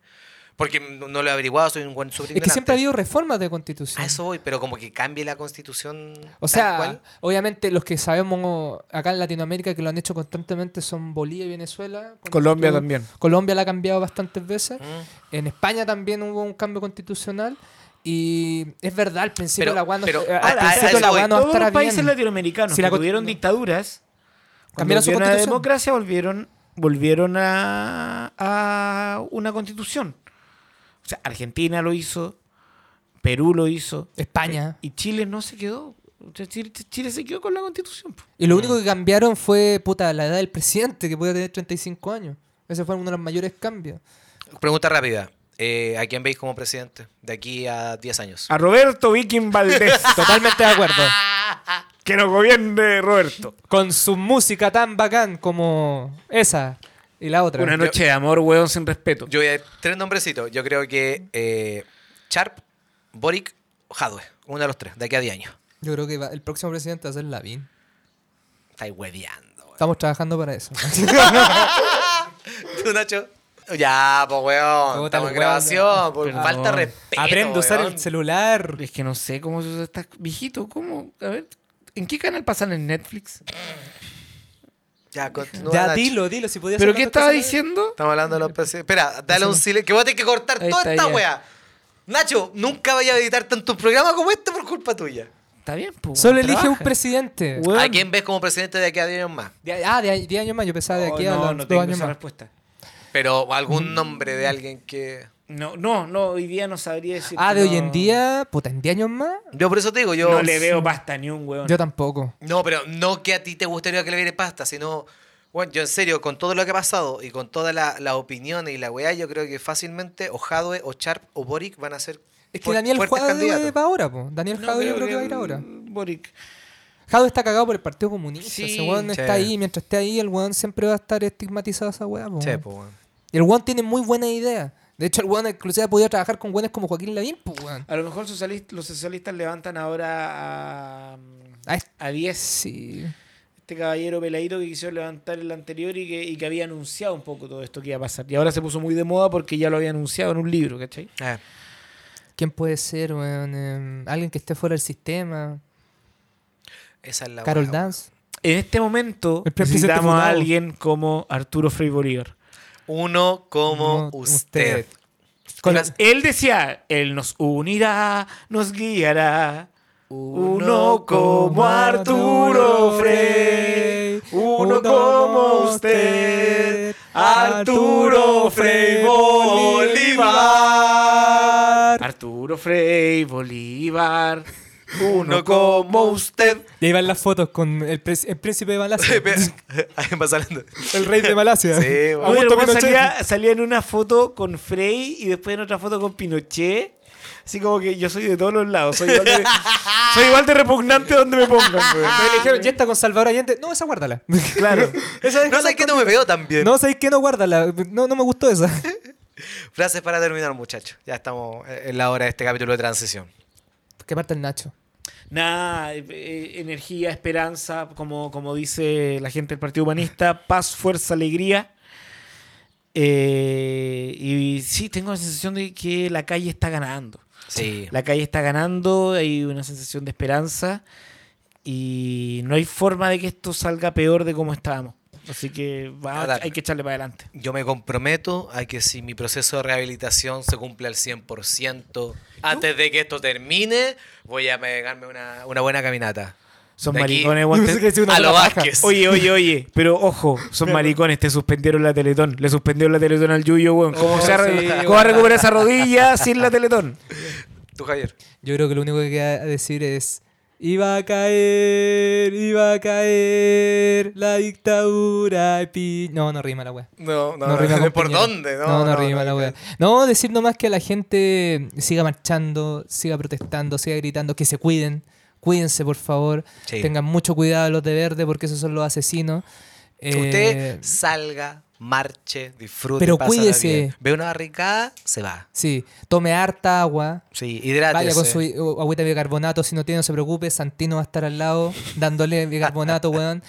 Porque no no lo he averiguado, soy un buen Es que siempre ha habido reformas de constitución. A eso voy, pero como que cambie la constitución O tal sea, cual. obviamente los que sabemos acá en Latinoamérica que lo han hecho constantemente son Bolivia y Venezuela. con Colombia Constitu- también. Colombia la ha cambiado bastantes veces. Mm. En España también hubo un cambio constitucional. Y es verdad, al principio Pero- la UAN no, pero eh, a- al a- a Ah, principio eso la voy. UAN no Todos estará los países bien. latinoamericanos Si la que con- tuvieron dictaduras, cuando Cambiaron su volvieron a la constitución. democracia, volvieron, volvieron a, a una constitución. O sea, Argentina lo hizo, Perú lo hizo, eh, España. y Chile no se quedó. O sea, Chile, Chile se quedó con la constitución. po. Y lo único que cambiaron fue puta, la edad del presidente, que podía tener 35 años. Ese fue uno de los mayores cambios. Pregunta rápida. Eh, ¿A quién veis como presidente de aquí a 10 años? A Roberto Viking Valdés. Totalmente de acuerdo. que nos gobierne Roberto. Con su música tan bacán como esa y la otra. Una noche de amor, weón, sin respeto. Yo voy a tres nombrecitos. Yo creo que eh, Sharp, Boric, Hadwe. Uno de los tres, de aquí a 10 años. Yo creo que va- el próximo presidente va a ser Lavín. Estáis hueveando, weón. Estamos trabajando para eso. ¿Tú, Nacho? Ya, pues, weón. Puta, Estamos en el weón, grabación. Por perdón. falta de respeto, Aprende a usar weón. el celular. Es que no sé cómo se usa esta- Viejito, ¿cómo? A ver, ¿en qué canal pasan en Netflix? Ya, continúa, ya Nacho. dilo, dilo. Si podías ¿Pero hacer qué otras estaba cosas. diciendo? Estamos hablando de los presidentes. Espera, dale un silencio. Que voy a tener que cortar Ahí toda está, esta ya. weá. Nacho, nunca vaya a editar tanto un programa como este por culpa tuya. Está bien, pues. Solo elige un presidente. Weón. ¿A quién ves como presidente de aquí a 10 años más? De- ah, de ahí- 10 años más. Yo pensaba de aquí a Oh, no, los no dos tengo años esa más. respuesta. Pero algún nombre de alguien que. No, no, no, hoy día no sabría decir. Ah, de no- hoy en día, puta, en 10 años más. Yo por eso te digo, yo. No le veo pasta ni un weón. Yo tampoco. No, pero no que a ti te gustaría que le viera pasta, sino. Bueno, yo en serio, con todo lo que ha pasado y con todas las la opiniones y la weá, yo creo que fácilmente o Jadwe, o Sharp, o Boric van a ser. Es que fuer- Daniel fuertes Jadwe candidatos. va ahora, po. Daniel No Jadwe yo creo que va a ir el ahora. Boric. Jadwe está cagado por el Partido Comunista. Sí, Ese weón sí. está ahí. Mientras esté ahí, el weón siempre va a estar estigmatizado a esa weá, po. Sí, weón. po, weón. Y el weón tiene muy buena idea. De hecho, el weón inclusive podía trabajar con weones como Joaquín Lavín, po, weón. A lo mejor socialist- los socialistas levantan ahora a. Ah, es- A 10. sí. Este caballero peladito que quiso levantar el anterior y que, y que había anunciado un poco todo esto que iba a pasar. Y ahora se puso muy de moda porque ya lo había anunciado en un libro, ¿cachai? Eh, ¿Quién puede ser, weón? Em, alguien que esté fuera del sistema. esa es la Carol weá, Dance. En este momento El presidente necesitamos a fundado. alguien como Arturo Frei Bolívar. Uno No, como usted. usted. Con- Las- Él decía, él nos unirá, nos guiará. Uno como Arturo Frey, uno como usted, Arturo Frei Bolívar. Arturo Frei Bolívar, uno como usted. Y ahí van las fotos con el, pres- el príncipe de Malasia. Alguien va saliendo. el rey de Malasia. Sí, weón. Augusto Bueno, Pinochet. salía, salía en una foto con Frey y después en otra foto con Pinochet. Así como que yo soy de todos los lados. Soy igual de, soy igual de repugnante donde me pongan. weón. Pero le dijeron, ya está con Salvador Allende. No, esa guárdala. Claro. Esa No sé que no me veo tan bien. No, ¿sabéis qué? No, guárdala. No, no me gustó esa. Frases para terminar, muchachos. Ya estamos en la hora de este capítulo de transición. Que parte el Nacho. Nada, eh, eh, energía, esperanza, como, como dice la gente del Partido Humanista, paz, fuerza, alegría. Eh, y sí, tengo la sensación de que la calle está ganando. Sí. La calle está ganando, hay una sensación de esperanza y no hay forma de que esto salga peor de como estábamos. Así que va- A darle. hay que echarle para adelante. Yo me comprometo a que si mi proceso de rehabilitación se cumple al 100%, antes de que esto termine, voy a pegarme una, una buena caminata. Son De aquí- maricones, weón, te- Pensé que decía una a lo sola paja. Vázquez. Oye, oye, oye, pero ojo, son maricones, te suspendieron la Teletón. Le suspendieron la Teletón al Yuyo, weón. ¿Cómo, Oh, se va a- sí, cómo va a recuperar esa rodilla sin la Teletón? Tú, Javier. Yo creo que lo único que queda a decir es. Iba a caer, iba a caer la dictadura. y pi-". No, no rima la wea. No, No rima con ¿Por Piñera. dónde? No, no, rima la wea. No, decir nomás que la gente siga marchando, siga protestando, siga gritando, que se cuiden. Cuídense, por favor. Sí. Tengan mucho cuidado los de verde porque esos son los asesinos. Eh, Usted salga marche, disfrute, Pero pásala cuídese. bien. Ve una barricada, se va. Sí, tome harta agua. Sí, hidrátese. Vaya con su hi- o- agüita de bicarbonato, si no tiene, no se preocupe, Santino va a estar al lado dándole bicarbonato, weón.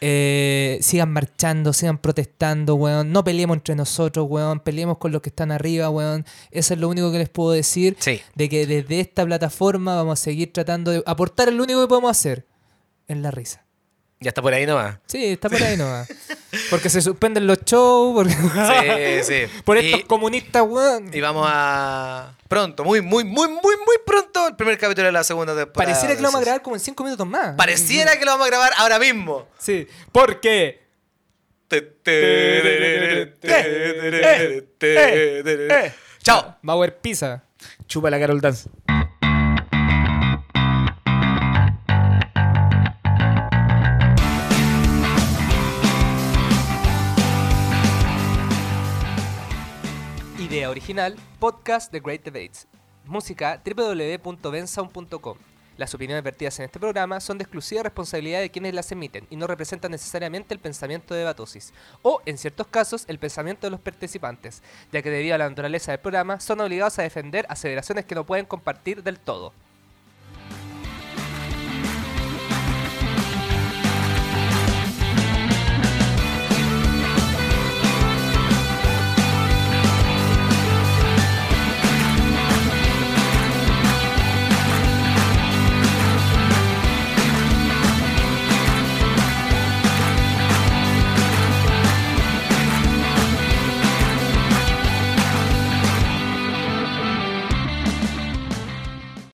Eh, sigan marchando, sigan protestando, weón. No peleemos entre nosotros, weón. Peleemos con los que están arriba, weón. Eso es lo único que les puedo decir. Sí. De que desde esta plataforma vamos a seguir tratando de aportar lo único que podemos hacer. Es la risa. Ya está por ahí nomás. Sí, está por ahí nomás. Porque se suspenden los shows, porque- Sí, sí. Ah. por Y- estos comunistas, weón. Y vamos a. Pronto, muy, muy, muy, muy, muy pronto, el primer capítulo de la segunda temporada. Pareciera que lo vamos a Entonces, grabar como en cinco minutos más. Pareciera que lo vamos a grabar ahora mismo. Sí, porque Chao. Bauer Pisa. Chupa la Carol Dance. Idea original, podcast The Great Debates. Música www.bensound.com. Las opiniones vertidas en este programa son de exclusiva responsabilidad de quienes las emiten y no representan necesariamente el pensamiento de Batosis o, en ciertos casos, el pensamiento de los participantes, ya que debido a la naturaleza del programa son obligados a defender aseveraciones que no pueden compartir del todo.